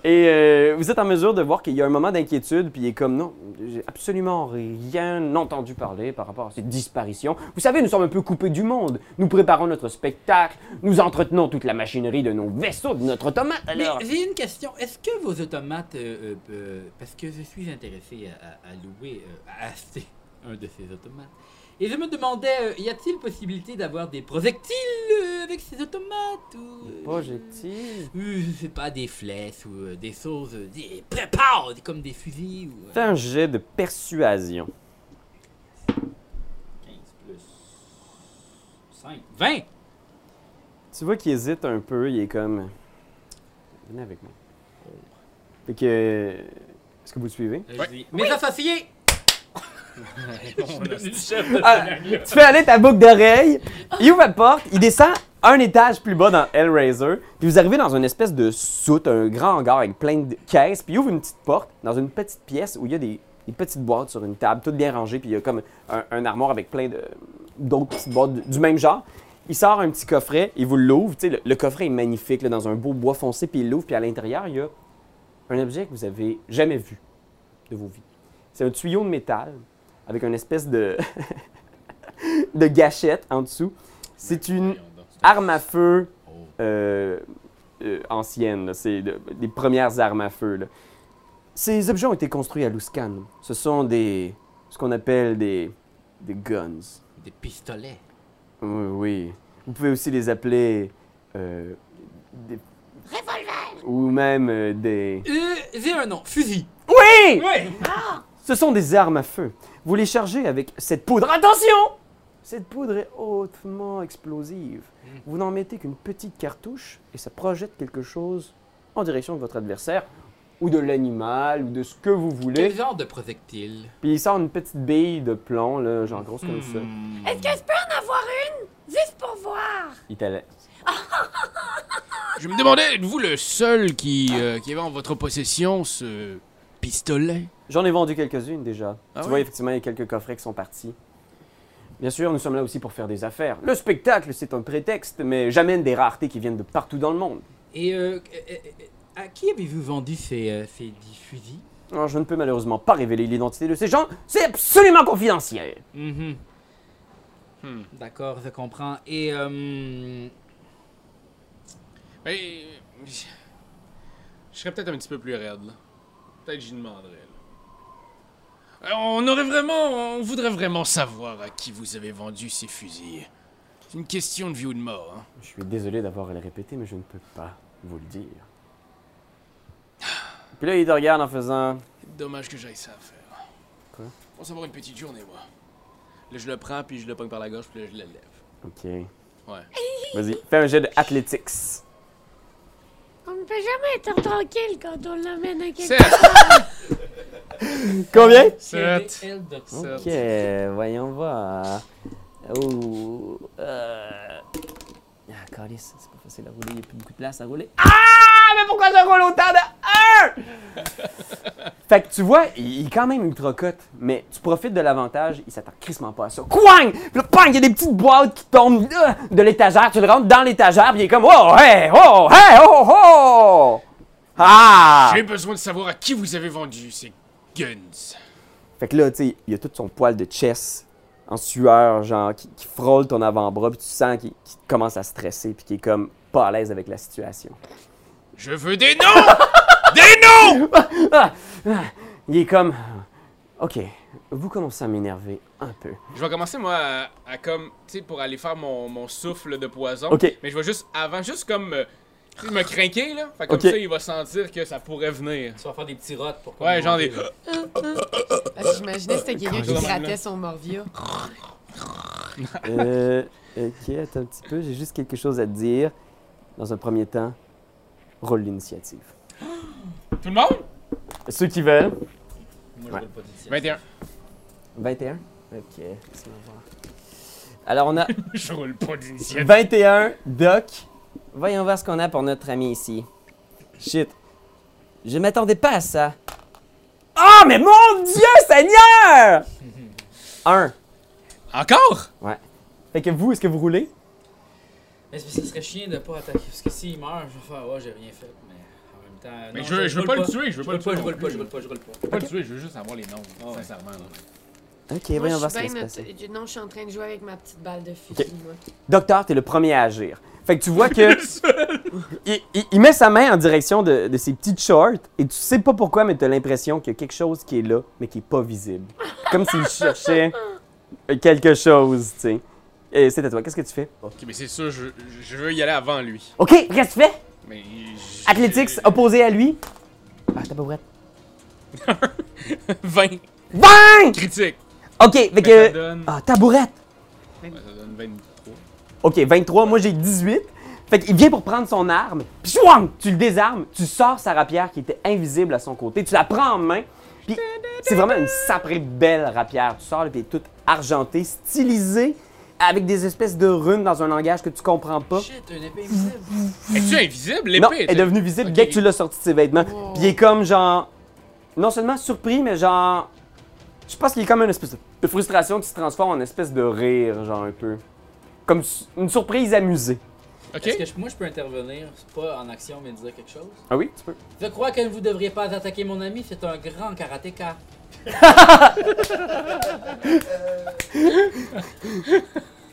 Speaker 1: et euh, vous êtes en mesure de voir qu'il y a un moment d'inquiétude, puis il est comme non, j'ai absolument rien entendu parler par rapport à cette disparition. Vous savez, nous sommes un peu coupés du monde. Nous préparons notre spectacle, nous entretenons toute la machinerie de nos vaisseaux, de notre tomate.
Speaker 4: Mais
Speaker 1: Alors,
Speaker 4: j'ai une question. Est-ce que vos automates, euh, euh, euh, parce que je suis intéressé à, à- à louer, euh, à acheter un de ces automates, et je me demandais, euh, y a-t-il possibilité d'avoir des projectiles euh, avec ces automates ou euh,
Speaker 1: Projectile.
Speaker 4: euh, je sais pas, des flèches ou euh, des choses, euh, des prépares, comme des fusils ou... euh,
Speaker 1: Fais un jet de persuasion.
Speaker 4: 15 plus 5. 20!
Speaker 1: Tu vois qu'il hésite un peu, il est comme. Venez avec moi. Fait que. Est-ce que vous le suivez?
Speaker 4: Mes associés!
Speaker 1: Ah, tu fais aller ta boucle d'oreille, il ouvre la porte, il descend un étage plus bas dans Hellraiser, puis vous arrivez dans une espèce de soute, un grand hangar avec plein de caisses, puis il ouvre une petite porte dans une petite pièce où il y a des, des petites boîtes sur une table, toutes bien rangées, puis il y a comme un, un armoire avec plein de- d'autres petites boîtes du- du même genre. Il sort un petit coffret, il vous l'ouvre, tu sais, le, le coffret est magnifique, là, dans un beau bois foncé, puis il l'ouvre, puis à l'intérieur, il y a un objet que vous avez jamais vu de vos vies. C'est un tuyau de métal avec une espèce de de gâchette en dessous. C'est une
Speaker 7: Ah.
Speaker 1: arme à feu euh, euh, ancienne. là. C'est de- des premières armes à feu. là. Ces objets ont été construits à Luskan. Ce sont des. ce qu'on appelle des. des guns.
Speaker 4: Des pistolets.
Speaker 1: Oui, oui. Vous pouvez aussi les appeler. euh, des-
Speaker 8: Revolver!
Speaker 1: ou même euh, des.
Speaker 4: Euh, j'ai un nom. Fusil.
Speaker 1: Oui!
Speaker 4: Ouais!
Speaker 1: Ce sont des armes à feu. Vous les chargez avec cette poudre. Attention! Cette poudre est hautement explosive. Vous n'en mettez qu'une petite cartouche et ça projette quelque chose en direction de votre adversaire ou de l'animal ou de ce que vous voulez.
Speaker 4: Quel genre de projectile?
Speaker 1: Puis il sort une petite bille de plomb, là, genre grosse comme ça.
Speaker 4: Hmm.
Speaker 8: Est-ce que je peux en avoir une? Juste pour voir!
Speaker 1: Il t'allait.
Speaker 7: Je me demandais, êtes-vous le seul qui, euh, qui avait en votre possession ce pistolet
Speaker 1: J'en ai vendu quelques-unes déjà.
Speaker 7: Ah
Speaker 1: tu
Speaker 7: oui?
Speaker 1: vois, effectivement, il y a quelques coffrets qui sont partis. Bien sûr, nous sommes là aussi pour faire des affaires. Le spectacle, c'est un prétexte, mais j'amène des raretés qui viennent de partout dans le monde.
Speaker 4: Et euh, euh, euh, à qui avez-vous vendu ces, euh, ces dix fusils?
Speaker 1: Alors, je ne peux malheureusement pas révéler l'identité de ces gens, c'est absolument confidentiel.
Speaker 2: Mm-hmm.
Speaker 4: Mhm.
Speaker 2: Hmm.
Speaker 4: D'accord, je comprends. Et euh,
Speaker 7: Ben,
Speaker 2: Mais, euh, Je serais peut-être un petit peu plus raide, là. Peut-être que j'y demanderais, là.
Speaker 7: Euh, On aurait vraiment, on voudrait vraiment savoir à qui vous avez vendu ces fusils. C'est une question de vie ou de mort. hein.
Speaker 1: Je suis désolé d'avoir à le répéter, mais je ne peux pas vous le dire. Puis là, il te regarde en faisant.
Speaker 7: Dommage que j'aille ça à faire.
Speaker 1: Quoi?
Speaker 7: On va avoir une petite journée, moi. Là, je le prends, puis je le pogne par la gorge, puis là, je le lève.
Speaker 1: Ok.
Speaker 7: Ouais.
Speaker 1: Vas-y, fais un jet de athletics.
Speaker 8: On ne peut jamais être tranquille quand on l'emmène à quelque
Speaker 7: Sept.
Speaker 1: Combien
Speaker 2: Sept.
Speaker 4: Quel est le doc-
Speaker 1: Ok, voyons voir. Oh. Euh... Ah, calice, c'est pas facile à rouler, il n'y a plus beaucoup de place à rouler. Ah mais pourquoi je roule autant de 1? fait que tu vois, il il est quand même ultra cote, mais tu profites de l'avantage, il s'attend crissement pas à ça. Coing! Puis là, pang, il y a des petites boîtes qui tombent là, de l'étagère, tu le rentres dans l'étagère, puis il est comme Oh, hey, oh, hey, oh, oh! Ah!
Speaker 7: J'ai besoin de savoir à qui vous avez vendu ces guns.
Speaker 1: Fait que là, tu sais, il a tout son poil de chess en sueur, genre, qui, qui frôle ton avant-bras, puis tu sens qu'il qu'il commence à stresser, puis qu'il est comme pas à l'aise avec la situation.
Speaker 7: Je veux des noms Des noms
Speaker 1: Il est comme. Ok, vous commencez à m'énerver un peu.
Speaker 2: Je vais commencer, moi, à, à comme, tu sais, pour aller faire mon, mon souffle de poison.
Speaker 1: Ok.
Speaker 2: Mais je vais juste, avant, juste comme, euh, tu sais, me craquer, là. Fait que comme
Speaker 1: Ok.
Speaker 2: ça, il va sentir que ça pourrait venir.
Speaker 4: Tu vas faire des petits rots pour qu'on
Speaker 2: Ouais, genre
Speaker 4: monte,
Speaker 2: des.
Speaker 4: là.
Speaker 3: Parce que Ah, J'imaginais que c'était quelqu'un qui grattait son morvia.
Speaker 1: Euh, ok, attends un petit peu, j'ai juste quelque chose à te dire. Dans un premier temps, roule l'initiative.
Speaker 2: Tout le monde
Speaker 1: Ceux qui veulent.
Speaker 4: Moi, je
Speaker 1: Ouais.
Speaker 4: roule pas d'ici.
Speaker 2: 21.
Speaker 1: 21. Ok, laisse-moi voir. Alors, on a
Speaker 2: je roule pas d'initiative.
Speaker 1: 21, Doc. Voyons voir ce qu'on a pour notre ami ici. Shit. Je m'attendais pas à ça. Ah, mais mon Dieu, Seigneur! Un.
Speaker 2: Encore
Speaker 1: Fait que vous, est-ce que vous roulez?
Speaker 4: Mais c'est parce que ce serait chiant de pas attaquer. Parce que s'il meurt, je vais faire, ouais, j'ai rien fait. Mais en même temps.
Speaker 2: Mais
Speaker 4: non,
Speaker 2: je, veux- je veux
Speaker 4: roule
Speaker 2: pas le tuer, je veux
Speaker 4: Je
Speaker 2: pas le
Speaker 4: roule
Speaker 2: tuer.
Speaker 4: pas, je
Speaker 2: non
Speaker 4: roule pas,
Speaker 2: plus.
Speaker 4: je roule Ah pas, je roule pas.
Speaker 2: Je veux pas le tuer, je veux juste avoir les noms, sincèrement. là.
Speaker 1: Ok,
Speaker 3: Moi,
Speaker 1: voyons
Speaker 3: je
Speaker 1: voir
Speaker 3: suis
Speaker 1: ce qui
Speaker 3: bien
Speaker 1: va se
Speaker 3: notre-
Speaker 1: passer.
Speaker 3: je- Non, je suis en train de jouer avec ma petite balle de fusil,
Speaker 1: Ok.
Speaker 3: moi.
Speaker 1: Docteur, t'es le premier à agir. Fait que tu vois que. il, il- il met sa main en direction de, de ses petites shorts et tu sais pas pourquoi, mais t'as l'impression qu'il y a quelque chose qui est là, mais qui est pas visible. Comme s'il cherchait quelque chose, tu sais. Et c'est à toi, qu'est-ce que tu fais?
Speaker 2: Ok, mais c'est sûr, je, je veux y aller avant lui.
Speaker 1: Ok, qu'est-ce que tu fais?
Speaker 2: Mais. j-
Speaker 1: Athletics opposé à lui. Ah, t'as pas prête.
Speaker 2: 20.
Speaker 1: 20!
Speaker 2: Critique.
Speaker 1: Ok, fait
Speaker 2: Ça
Speaker 1: que.
Speaker 2: donne.
Speaker 1: Ah, tabourette!
Speaker 2: Ouais, Ça donne 23.
Speaker 1: Ok, 23, moi j'ai 18. Fait qu'il vient pour prendre son arme, puis chouang, tu le désarmes, tu sors sa rapière qui était invisible à son côté, tu la prends en main, puis c'est vraiment une saprée belle rapière. Tu sors, là, puis elle est toute argentée, stylisée, avec des espèces de runes dans un langage que tu comprends pas.
Speaker 4: Shit, une épée invisible.
Speaker 2: Es-tu invisible,
Speaker 1: Non,
Speaker 2: l'épée?
Speaker 1: elle est devenue visible dès que tu l'as sorti de ses vêtements.
Speaker 3: Wow.
Speaker 1: Puis il est comme genre. Non seulement surpris, mais genre. Je pense qu'il est comme une espèce de- de frustration qui se transforme en espèce de rire, genre un peu. Comme su- une surprise amusée.
Speaker 4: Est-ce
Speaker 2: Ok.
Speaker 4: que je- moi, je peux intervenir, c'est pas en action, mais dire quelque chose?
Speaker 1: Ah oui, tu peux.
Speaker 4: Je crois que vous ne devriez pas attaquer mon ami, c'est un grand karatéka.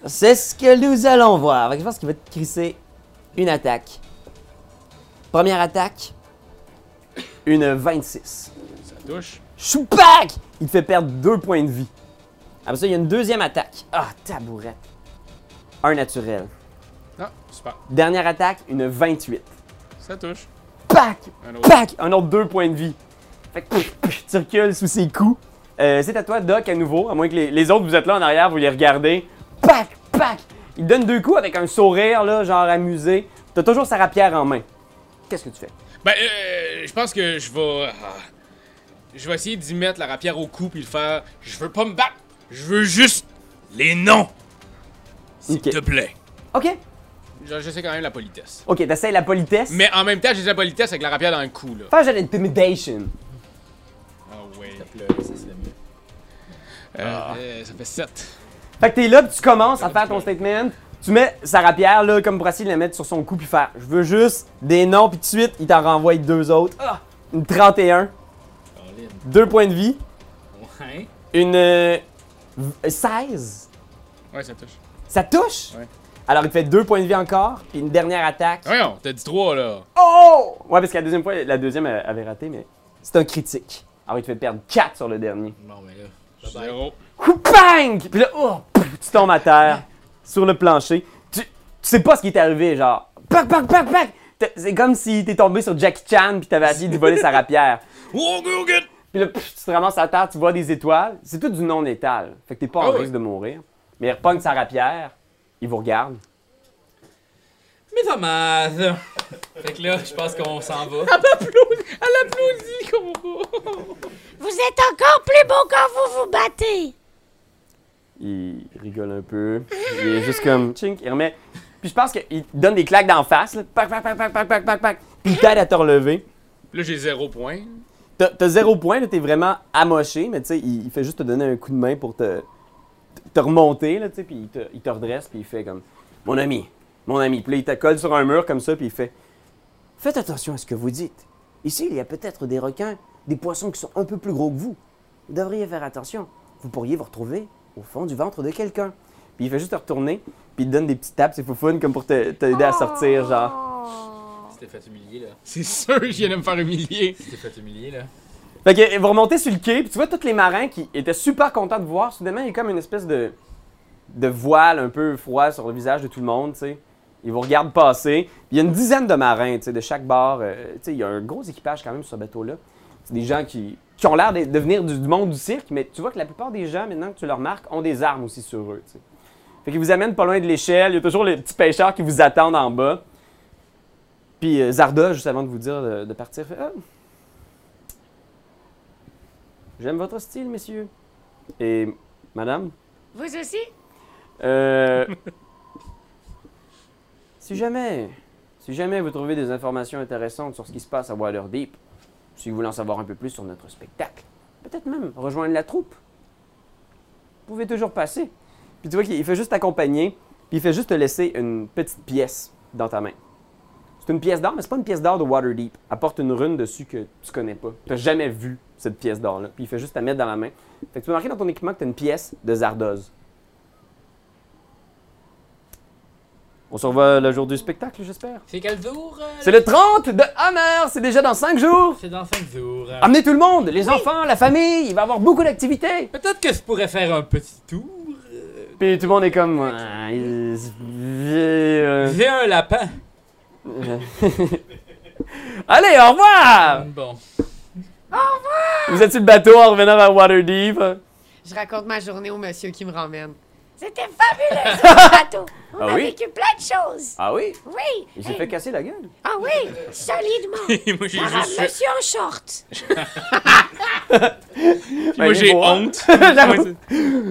Speaker 1: C'est ce que nous allons voir. Fait que Je pense qu'il va te crisser une attaque. Première attaque. Une 26.
Speaker 2: Ça touche.
Speaker 1: Choupac! Il te fait perdre deux points de vie. Après ça, il y a une deuxième attaque. Ah, tabourette. Un naturel.
Speaker 2: Ah, super.
Speaker 1: Dernière attaque, une 28.
Speaker 2: Ça touche.
Speaker 1: Pac!
Speaker 2: Un autre.
Speaker 1: Pac! Un autre deux points de vie. Fait que pff, pff, tu recules sous ses coups. Euh, c'est à toi, Doc, à nouveau. À moins que les, les autres, vous êtes là en arrière, vous les regardez. Pac! Pac! Il donne deux coups avec un sourire, là, genre amusé. T'as toujours sa rapière en main. Qu'est-ce que tu fais?
Speaker 2: Ben, euh, je pense que je vais. ah. je vais essayer d'y mettre la rapière au cou puis le faire. Je veux pas me battre. Je veux juste les noms, s'il
Speaker 1: Ok.
Speaker 2: te plaît.
Speaker 1: Ok.
Speaker 2: Je, je sais quand même la politesse.
Speaker 1: Ok, t'essayes la politesse.
Speaker 2: Mais en même temps, j'ai de la politesse avec la rapière dans le cou, là.
Speaker 1: Fais un jet d'intimidation.
Speaker 2: Ah ouais.
Speaker 4: ça serait mieux.
Speaker 2: Euh, euh, ça fait 7.
Speaker 1: Fait que t'es là, puis tu commences à faire ton statement. Tu mets sa rapière, là, comme pour essayer de la mettre sur son cou, puis faire « Je veux juste des noms », puis tout de suite, il t'en renvoie deux autres. Ah! Une 31,
Speaker 4: Caroline.
Speaker 1: deux points de vie,
Speaker 4: Ouais.
Speaker 1: une euh, v- 16.
Speaker 2: Ouais, ça touche.
Speaker 1: Ça touche?
Speaker 2: Ouais.
Speaker 1: Alors, il te fait deux points de vie encore, puis une dernière attaque.
Speaker 2: Voyons, t'as dit 3, là.
Speaker 1: Oh! Ouais, parce que la deuxième fois, la deuxième elle avait raté, mais c'est un critique. Alors, il te fait perdre 4 sur le dernier.
Speaker 4: Bon, mais là. bye.
Speaker 2: 0.
Speaker 1: Bang! Puis là, oh, pff, tu tombes à terre, sur le plancher. Tu, tu sais pas ce qui est arrivé, genre. Pac, pac, pac, pac! T'es- C'est comme si t'es tombé sur Jackie Chan puis t'avais essayé d'y voler sa rapière.
Speaker 2: Oh, good, good.
Speaker 1: Puis là, pff, tu te ramasses à terre, tu vois des étoiles. C'est tout du non-létal. Fait que t'es pas en
Speaker 2: Ah oui.
Speaker 1: risque de mourir. Mais il repogne sa rapière, il vous regarde.
Speaker 4: Mais Thomas! fait que là, je pense qu'on s'en va.
Speaker 8: Vous êtes encore plus beau quand vous vous battez.
Speaker 1: Il rigole un peu. Il est juste comme. Tchink, il remet. Puis je pense qu'il te donne des claques d'en face. Là. Pac, pac, pac, pac, pac, pac, pac, pac. Puis il t'aide à te relever.
Speaker 2: Là, j'ai zéro point.
Speaker 1: T'as t'as zéro point, là, t'es vraiment amoché, mais tu sais, il, il fait juste te donner un coup de main pour te, te remonter, là, tu sais, puis il te, il te redresse, puis il fait comme Mon ami, mon ami. Puis là, il te colle sur un mur comme ça, puis il fait Faites attention à ce que vous dites. Ici, il y a peut-être des requins, des poissons qui sont un peu plus gros que vous. Vous devriez faire attention. Vous pourriez vous retrouver au fond du ventre de quelqu'un. Puis il fait juste te retourner, puis il te donne des petits tapes, c'est foufounes, comme pour te- t'aider à sortir, genre.
Speaker 8: Oh.
Speaker 9: Tu t'es fait humilier, là.
Speaker 2: C'est sûr, je viens de me faire humilier.
Speaker 9: Tu t'es fait humilier, là.
Speaker 1: Fait que vous remontez sur le quai, puis tu vois tous les marins qui étaient super contents de voir. Soudainement, il y a comme une espèce de, de voile un peu froid sur le visage de tout le monde, tu sais. Ils vous regardent passer. Puis Il y a une dizaine de marins, tu sais, de chaque bord. euh, tu sais, il y a un gros équipage quand même sur ce bateau-là. C'est des gens qui, qui ont l'air de, de venir du, du monde du cirque, mais tu vois que la plupart des gens, maintenant que tu le remarques, ont des armes aussi sur eux, tu sais. Fait qu'ils vous amènent pas loin de l'échelle. Il y a toujours les petits pêcheurs qui vous attendent en bas. Puis euh, Zarda, juste avant de vous dire de, de partir, fait Ah, J'aime votre style, messieurs. Et madame,
Speaker 8: Vous aussi?
Speaker 1: euh, si jamais, si jamais vous trouvez des informations intéressantes sur ce qui se passe à Waterdeep, si vous voulez en savoir un peu plus sur notre spectacle, peut-être même rejoindre la troupe. Vous pouvez toujours passer. Puis tu vois qu'il il fait juste t'accompagner, puis il fait juste te laisser une petite pièce dans ta main. C'est une pièce d'or, mais c'est pas une pièce d'or de Waterdeep. Elle porte une rune dessus que tu connais pas. Tu jamais vu cette pièce d'or-là. Puis il fait juste la mettre dans la main. Fait que tu peux marquer dans ton équipement que tu as une pièce de Zardoz. On se revoit le jour du spectacle, j'espère.
Speaker 4: C'est quel jour? euh,
Speaker 1: C'est le 30 de Hammer! C'est déjà dans 5 jours!
Speaker 4: C'est dans 5 jours. hein?
Speaker 1: Amenez tout le monde! Les enfants, la famille! Il va y avoir beaucoup d'activités!
Speaker 4: Peut-être que je pourrais faire un petit tour. euh,
Speaker 1: Puis tout le monde est comme. Ah, il- euh,
Speaker 4: J'ai un lapin.
Speaker 1: Allez, au revoir!
Speaker 4: Mm, Bon.
Speaker 1: Vous êtes sur le bateau en revenant à Waterdeep.
Speaker 3: Je raconte ma journée au monsieur qui me ramène.
Speaker 8: C'était fabuleux, ce bateau. On
Speaker 1: Ah
Speaker 8: a
Speaker 1: oui?
Speaker 8: vécu plein de choses.
Speaker 1: Ah oui?
Speaker 8: Oui.
Speaker 1: Il s'est
Speaker 8: Hey,
Speaker 1: fait casser la gueule.
Speaker 8: Ah oui, solidement.
Speaker 2: moi, j'ai
Speaker 8: Par un
Speaker 2: juste fait-
Speaker 8: monsieur en short.
Speaker 1: Ben,
Speaker 2: Puis moi, j'ai honte.
Speaker 1: J'avoue.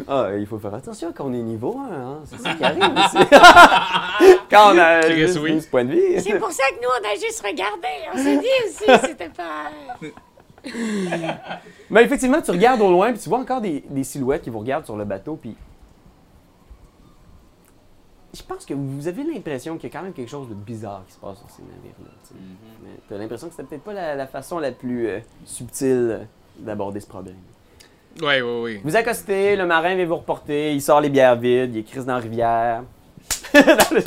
Speaker 1: Ah, il faut faire attention quand on est niveau 1, hein. c'est ça qui arrive aussi. quand on a
Speaker 2: Chris,
Speaker 1: juste
Speaker 2: oui.
Speaker 1: 12 points de vie.
Speaker 8: C'est pour ça que nous, on a juste regardé. On s'est dit aussi, c'était pas...
Speaker 1: Mais effectivement, tu regardes au loin, puis tu vois encore des, des silhouettes qui vous regardent sur le bateau, puis... Je pense que vous avez l'impression qu'il y a quand même quelque chose de bizarre qui se passe sur ces navires-là. tu sais. Mais T'as l'impression que c'était peut-être pas la, la façon la plus euh, subtile euh, d'aborder ce problème.
Speaker 2: Ouais, ouais, ouais.
Speaker 1: Vous accostez, le marin vient vous reporter, il sort les bières vides, il est crise dans la rivière. Dans le-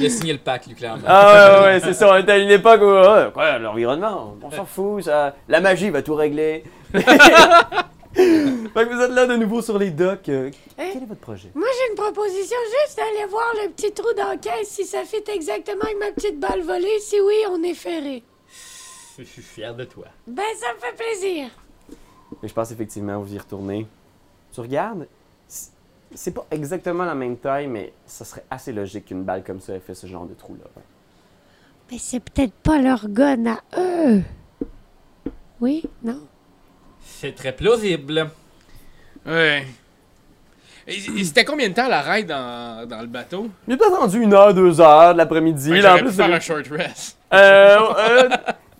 Speaker 4: Il a signé le pack, lui, clairement.
Speaker 1: Ah ouais, ouais, ouais, c'est ça. On était à une époque où, euh, quoi, l'environnement, on s'en fout, ça. La magie va tout régler. fait que vous êtes là de nouveau sur les docks. euh, Quel est votre projet?
Speaker 8: Moi, j'ai une proposition juste d'aller voir le petit trou dans la caisse, si ça fit exactement avec ma petite balle volée. Si oui, on est ferré.
Speaker 4: Je suis fier de toi.
Speaker 8: Ben, ça me fait plaisir.
Speaker 1: Mais je pense effectivement vous y retournez. Tu regardes, c- c'est pas exactement la même taille, mais ça serait assez logique qu'une balle comme ça ait fait ce genre de trou-là.
Speaker 8: Mais c'est peut-être pas leur gun à eux. Oui? Non?
Speaker 4: C'est très plausible.
Speaker 2: Ouais. Et- et C'était combien de temps la ride dans, dans le bateau?
Speaker 1: Il est pas rendu une heure, deux heures de l'après-midi.
Speaker 2: Ouais,
Speaker 1: là, en
Speaker 2: J'aurais pu
Speaker 1: plus,
Speaker 2: faire
Speaker 1: c'est-
Speaker 2: un short rest.
Speaker 1: Euh, euh,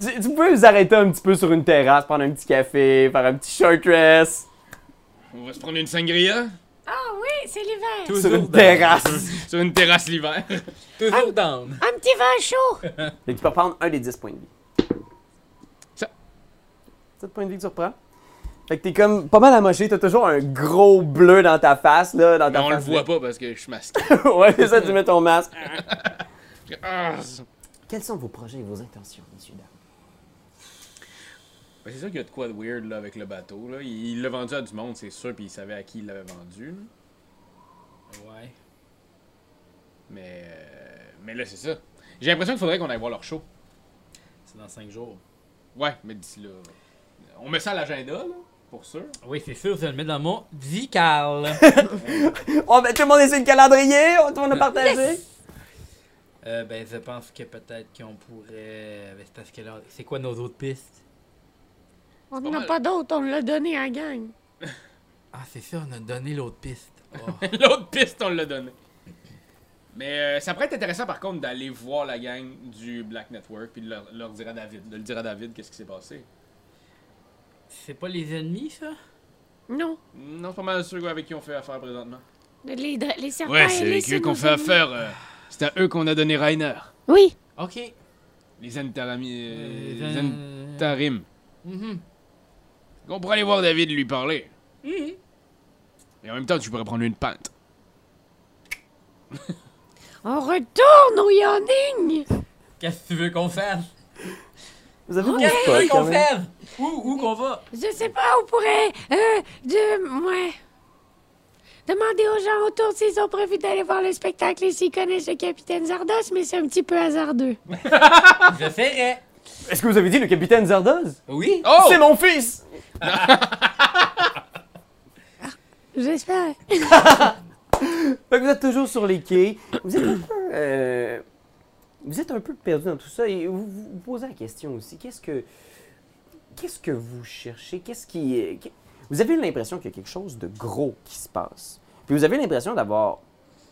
Speaker 1: tu, tu peux vous arrêter un petit peu sur une terrasse, prendre un petit café, faire un petit short rest
Speaker 2: On va se prendre une sangria
Speaker 8: Ah oui, c'est l'hiver.
Speaker 1: sur
Speaker 4: Toujours
Speaker 1: une
Speaker 4: down.
Speaker 1: terrasse.
Speaker 2: sur une terrasse l'hiver.
Speaker 4: Toujours down.
Speaker 8: Un petit vin chaud.
Speaker 1: Donc tu peux prendre un des 10 points de vie.
Speaker 2: Ça.
Speaker 1: 7 points de vie que tu reprends. Fait que t'es comme pas mal amoché, t'as toujours un gros bleu dans ta face, là, dans
Speaker 2: Mais
Speaker 1: ta
Speaker 2: on le
Speaker 1: face.
Speaker 2: voit pas parce que je suis masqué.
Speaker 1: ouais, c'est ça, tu mets ton masque.
Speaker 2: Ah, c'est
Speaker 1: Quels sont vos projets et vos intentions, monsieur Dark?
Speaker 2: Ben, c'est sûr qu'il y a de quoi de weird là, avec le bateau. Là. Il il l'a vendu à du monde, c'est sûr, puis il savait à qui il l'avait vendu. là.
Speaker 4: Ouais.
Speaker 2: Mais, euh, mais là, c'est ça. J'ai l'impression qu'il faudrait qu'on aille voir leur show.
Speaker 4: C'est dans 5 jours.
Speaker 2: Ouais, mais d'ici là. On met ça à l'agenda, là, pour sûr.
Speaker 4: Oui, c'est sûr, je le mets dans mon dical.
Speaker 1: Oh, ben tout le monde essaie le calendrier, on- tout le monde a partagé.
Speaker 4: euh, ben, je pense que peut-être qu'on pourrait. Ben, c'est parce que là, c'est quoi nos autres pistes?
Speaker 8: On
Speaker 2: pas
Speaker 8: n'en a
Speaker 2: mal.
Speaker 8: pas d'autre, on l'a donné à la gang.
Speaker 4: Ah, c'est ça, on a donné l'autre piste. Oh.
Speaker 2: L'autre piste, on l'a donné. Mais euh, ça pourrait être intéressant par contre d'aller voir la gang du Black Network puis de leur, leur dire à David, de le dire à David qu'est-ce qui s'est passé.
Speaker 4: C'est pas les ennemis, ça?
Speaker 8: Non.
Speaker 2: Non, c'est pas mal ceux avec qui on fait affaire présentement.
Speaker 8: Les, les serpents
Speaker 7: Ouais, c'est
Speaker 8: ailés,
Speaker 7: avec eux qu'on
Speaker 8: nos
Speaker 7: fait
Speaker 8: ennemis.
Speaker 7: affaire. euh, C'est à eux qu'on a donné Rainer.
Speaker 8: Oui.
Speaker 4: Ok.
Speaker 2: Les Zentarami. euh,
Speaker 4: Euh,
Speaker 2: Zentarim.
Speaker 4: Mhm.
Speaker 7: On pourrait aller voir David lui parler.
Speaker 4: Mhm.
Speaker 7: Et en même temps, tu pourrais prendre une pinte.
Speaker 8: On retourne au Yawning.
Speaker 4: Qu'est-ce que tu veux qu'on fasse?
Speaker 1: Vous
Speaker 2: Oh,
Speaker 1: avez
Speaker 4: Qu'est-ce que tu veux
Speaker 1: beaucoup
Speaker 4: qu'on
Speaker 1: de
Speaker 4: fasse? Où, où qu'on va?
Speaker 8: Je sais pas, on pourrait. Euh, de. Ouais. Demander aux gens autour s'ils ont prévu d'aller voir le spectacle et s'ils connaissent le capitaine Zardos, mais c'est un petit peu hasardeux.
Speaker 4: Je ferai.
Speaker 1: Est-ce que vous avez dit le capitaine Zardoz?
Speaker 4: Oui?
Speaker 2: Oh!
Speaker 1: C'est mon fils!
Speaker 8: J'espère.
Speaker 1: Fait que vous êtes toujours sur les quais. Vous êtes un peu, euh, vous êtes un peu perdu dans tout ça et vous vous vous posez la question aussi. Qu'est-ce que, qu'est-ce que vous cherchez Qu'est-ce qui, euh, qu'est- vous avez l'impression qu'il y a quelque chose de gros qui se passe. Puis vous avez l'impression d'avoir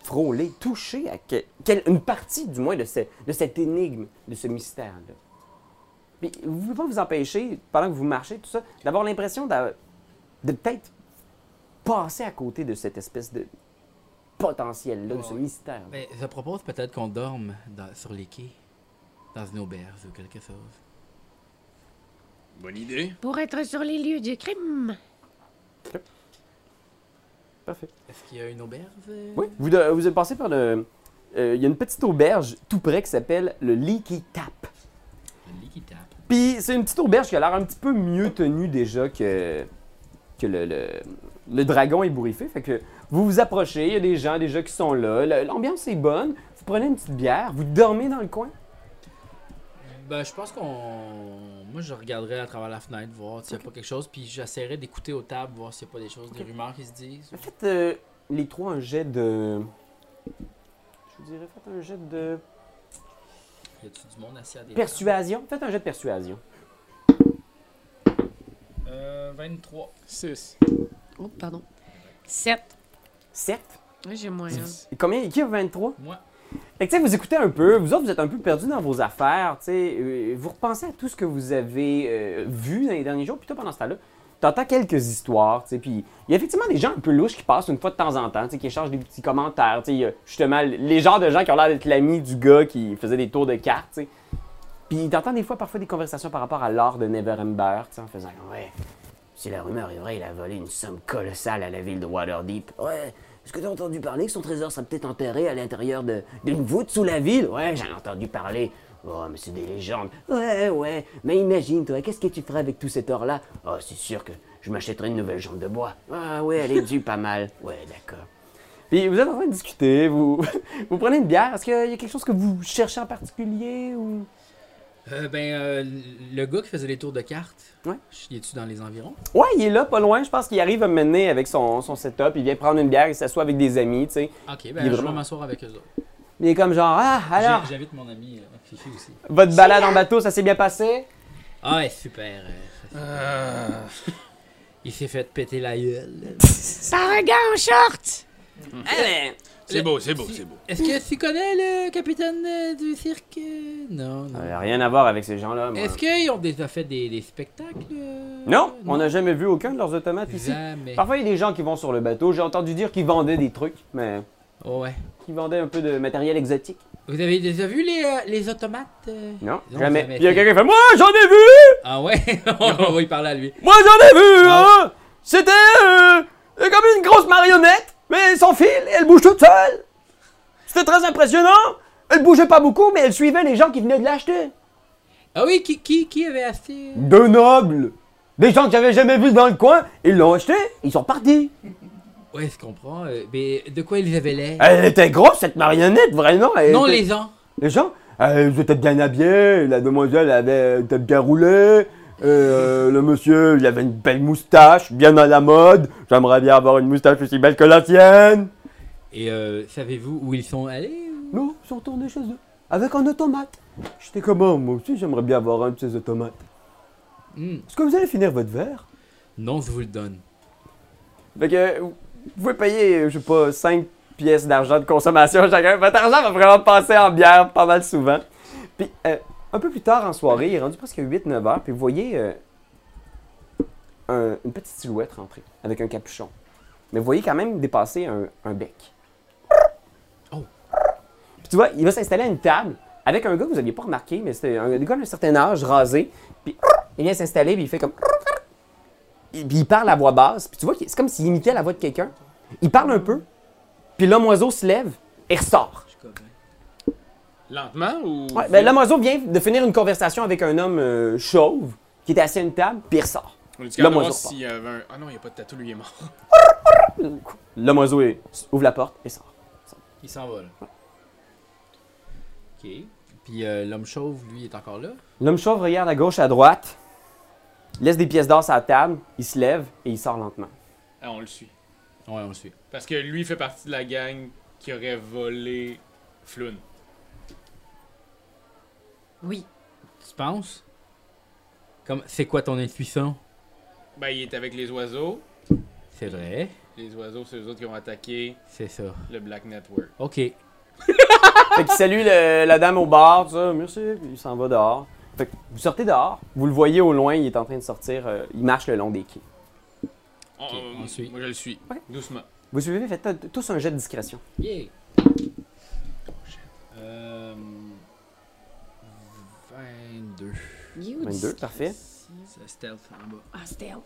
Speaker 1: frôlé, touché à que- quelle- une partie du moins de, ce- de cette énigme, de ce mystère-là. Puis vous ne pouvez pas vous empêcher, pendant que vous marchez, tout ça, d'avoir l'impression d'a- de peut-être passer à côté de cette espèce de, potentiel-là, de ce
Speaker 4: Ouais.
Speaker 1: mystère.
Speaker 4: Mais Ben, je propose peut-être qu'on dorme dans- sur les quais, dans une auberge ou quelque chose.
Speaker 7: Bonne idée.
Speaker 8: Pour être sur les lieux du crime.
Speaker 1: Parfait.
Speaker 4: Est-ce qu'il y a une auberge? euh?
Speaker 1: Oui, vous, de- vous êtes passé par le. euh, Il y a une petite auberge tout près qui s'appelle le Leaky Tap.
Speaker 4: Le lit qui tape.
Speaker 1: Puis c'est une petite auberge qui a l'air un petit peu mieux tenue déjà que, que le, le, le dragon ébouriffé. Fait que vous vous approchez, il y a des gens déjà qui sont là. Le- L'ambiance est bonne. Vous prenez une petite bière, vous dormez dans le coin.
Speaker 4: Ben, je pense qu'on. Moi, je regarderais à travers la fenêtre, voir s'il n'y a pas quelque chose, puis j'essaierais d'écouter aux tables, voir s'il n'y a pas des choses, des rumeurs qui se disent.
Speaker 1: Faites euh, les trois un jet de. Je vous dirais, faites un jet de.
Speaker 4: Y a-tu du monde assis à des tables?
Speaker 1: Persuasion. Faites un jet de persuasion.
Speaker 4: Euh, 23.
Speaker 2: 6.
Speaker 3: Oh, pardon. 7.
Speaker 1: 7.
Speaker 3: J'ai moins. hein.
Speaker 1: Combien Qui a 23
Speaker 4: Moi.
Speaker 1: Fait que, tu sais, vous écoutez un peu, vous autres, vous êtes un peu perdus dans vos affaires, tu sais, euh, vous repensez à tout ce que vous avez euh, vu dans les derniers jours, puis toi, pendant ce temps-là, t'entends quelques histoires, tu sais, puis il y a effectivement des gens un peu louches qui passent une fois de temps en temps, tu sais, qui échangent des petits commentaires, tu sais, il y a justement les genres de gens qui ont l'air d'être l'ami du gars qui faisait des tours de cartes, tu sais. Puis t'entends des fois parfois des conversations par rapport à l'art de Neverember, tu sais, en faisant « Ouais, si la rumeur est vraie, il a volé une somme colossale à la ville de Waterdeep. Ouais, est-ce que t'as entendu parler que son trésor sera peut-être enterré à l'intérieur de- d'une voûte sous la ville? Ouais, j'en ai entendu parler. Oh, mais c'est des légendes. Ouais, ouais, mais imagine, toi, qu'est-ce que tu ferais avec tout cet or-là? Oh, c'est sûr que je m'achèterais une nouvelle jambe de bois. Ah ouais, elle est due pas mal. Ouais, d'accord. Puis vous êtes en train de discuter, vous, vous prenez une bière. Est-ce qu'il y a quelque chose que vous cherchez en particulier ou...
Speaker 4: Euh, ben, euh, le gars qui faisait les tours de cartes,
Speaker 1: Ouais.
Speaker 4: il est-tu dans les environs?
Speaker 1: Ouais, il est là, pas loin. Je pense qu'il arrive à me mener avec son, son setup. Il vient prendre une bière, il s'assoit avec des amis, tu sais.
Speaker 4: Ok,
Speaker 1: Il est
Speaker 4: ben, je vais
Speaker 1: vraiment-
Speaker 4: m'asseoir avec eux autres.
Speaker 1: Il est comme genre, ah, alors,
Speaker 4: J'ai- J'invite mon ami euh, Fifi aussi.
Speaker 1: votre balade en bateau, ça s'est bien passé?
Speaker 4: Ah, ouais, super. euh, Il s'est fait péter la gueule.
Speaker 8: Par un gars en short.
Speaker 4: Mm. Eh ben.
Speaker 7: C'est beau, c'est beau, c'est beau.
Speaker 4: Est-ce que tu connais le capitaine euh, du cirque? euh, Non, non.
Speaker 1: rien à voir avec ces gens-là, moi.
Speaker 4: Est-ce qu'ils ont déjà fait des, des spectacles? euh,
Speaker 1: Non, on n'a jamais vu aucun de leurs automates ici.
Speaker 4: Jamais.
Speaker 1: Parfois, il y a des gens qui vont sur le bateau. J'ai entendu dire qu'ils vendaient des trucs, mais
Speaker 4: Oh, Ouais.
Speaker 1: qu'ils vendaient un peu de matériel exotique.
Speaker 4: Vous avez déjà vu les, euh, les automates? euh?
Speaker 1: Non,
Speaker 4: Ils ont
Speaker 1: jamais.
Speaker 4: jamais
Speaker 1: Puis il y a
Speaker 4: fait.
Speaker 1: quelqu'un qui fait Moi, j'en ai vu
Speaker 4: Ah ouais? on va y parler à lui.
Speaker 1: Moi, j'en ai vu
Speaker 4: Ah.
Speaker 1: hein! C'était euh, comme une grosse marionnette, mais sans fil, et elle bouge toute seule C'était très impressionnant Elle bougeait pas beaucoup, mais elle suivait les gens qui venaient de l'acheter.
Speaker 4: Ah oui, qui, qui, qui avait acheté? euh?
Speaker 1: Deux nobles Des gens que j'avais jamais vus dans le coin, ils l'ont acheté, ils sont partis.
Speaker 4: Ouais, je comprends. euh, mais de quoi ils avaient l'air?
Speaker 1: Elle était grosse, cette marionnette, vraiment. elle
Speaker 4: non,
Speaker 1: était-
Speaker 4: les gens.
Speaker 1: Les gens, euh, ils étaient bien habillés, la demoiselle avait était bien roulée, euh, le monsieur, il avait une belle moustache, bien à la mode. J'aimerais bien avoir une moustache aussi belle que la sienne.
Speaker 4: Et euh, savez-vous où ils sont allés? ou-
Speaker 1: Non, ils sont retournés chez eux, avec un automate. J'étais comment, moi aussi, j'aimerais bien avoir un de ces automates.
Speaker 4: Hmm,
Speaker 1: Est-ce que vous allez finir votre verre?
Speaker 4: Non, je vous le donne.
Speaker 1: Fait que, vous pouvez payer, je sais pas, 5 pièces d'argent de consommation chacun. Votre argent va vraiment passer en bière pas mal souvent. Puis euh, un peu plus tard en soirée, il est rendu presque 8-9 heures, puis vous voyez euh, un- une petite silhouette rentrer avec un capuchon. Mais vous voyez quand même dépasser un, un bec. Puis tu vois, il va s'installer à une table avec un gars que vous n'aviez pas remarqué, mais c'était un gars d'un certain âge, rasé. Puis il vient s'installer, puis il fait comme. Et Puis il parle à voix basse. Puis tu vois, qu'il- c'est comme s'il imitait la voix de quelqu'un. Il parle un peu, puis l'homme oiseau se lève et ressort.
Speaker 2: Lentement ou.
Speaker 1: Ouais, ben, l'homme oiseau vient de finir une conversation avec un homme euh, chauve qui était assis à une table, puis il ressort.
Speaker 2: On est capable de
Speaker 1: l'homme
Speaker 2: voir
Speaker 1: oiseau
Speaker 2: s'il y avait un. Ah non, il n'y a pas de tatou, lui, il est mort.
Speaker 1: L'homme oiseau est- ouvre la porte et sort.
Speaker 4: Il s'envole. Ok. Puis euh, l'homme chauve, lui, est encore là.
Speaker 1: L'homme chauve regarde à gauche, à droite, laisse des pièces d'or sur la table, il se lève et il sort lentement.
Speaker 2: Ah, on le suit.
Speaker 4: Ouais, on le suit.
Speaker 2: Parce que lui fait partie de la gang qui aurait volé Floon.
Speaker 3: Oui.
Speaker 4: Tu penses? Comme, c'est quoi ton intuition?
Speaker 2: Ben, il est avec les oiseaux.
Speaker 4: C'est vrai.
Speaker 2: Les oiseaux, c'est eux autres qui ont attaqué
Speaker 4: C'est ça.
Speaker 2: le Black Network.
Speaker 4: Ok.
Speaker 1: Fait qu'il salue le- la dame au bar, tout ça, merci, puis il s'en va dehors. Fait que vous sortez dehors, vous le voyez au loin, il est en train de sortir, euh, il marche le long des quais.
Speaker 2: On, on-
Speaker 4: on le suit.
Speaker 2: Moi, je le suis.
Speaker 1: Ouais.
Speaker 2: Doucement.
Speaker 1: Vous suivez, faites t- tous un jet de discrétion.
Speaker 4: Yeah.
Speaker 2: Euh.
Speaker 4: 22.
Speaker 3: You
Speaker 1: 22, parfait.
Speaker 4: C'est stealth en bas.
Speaker 3: Ah, c'était haut.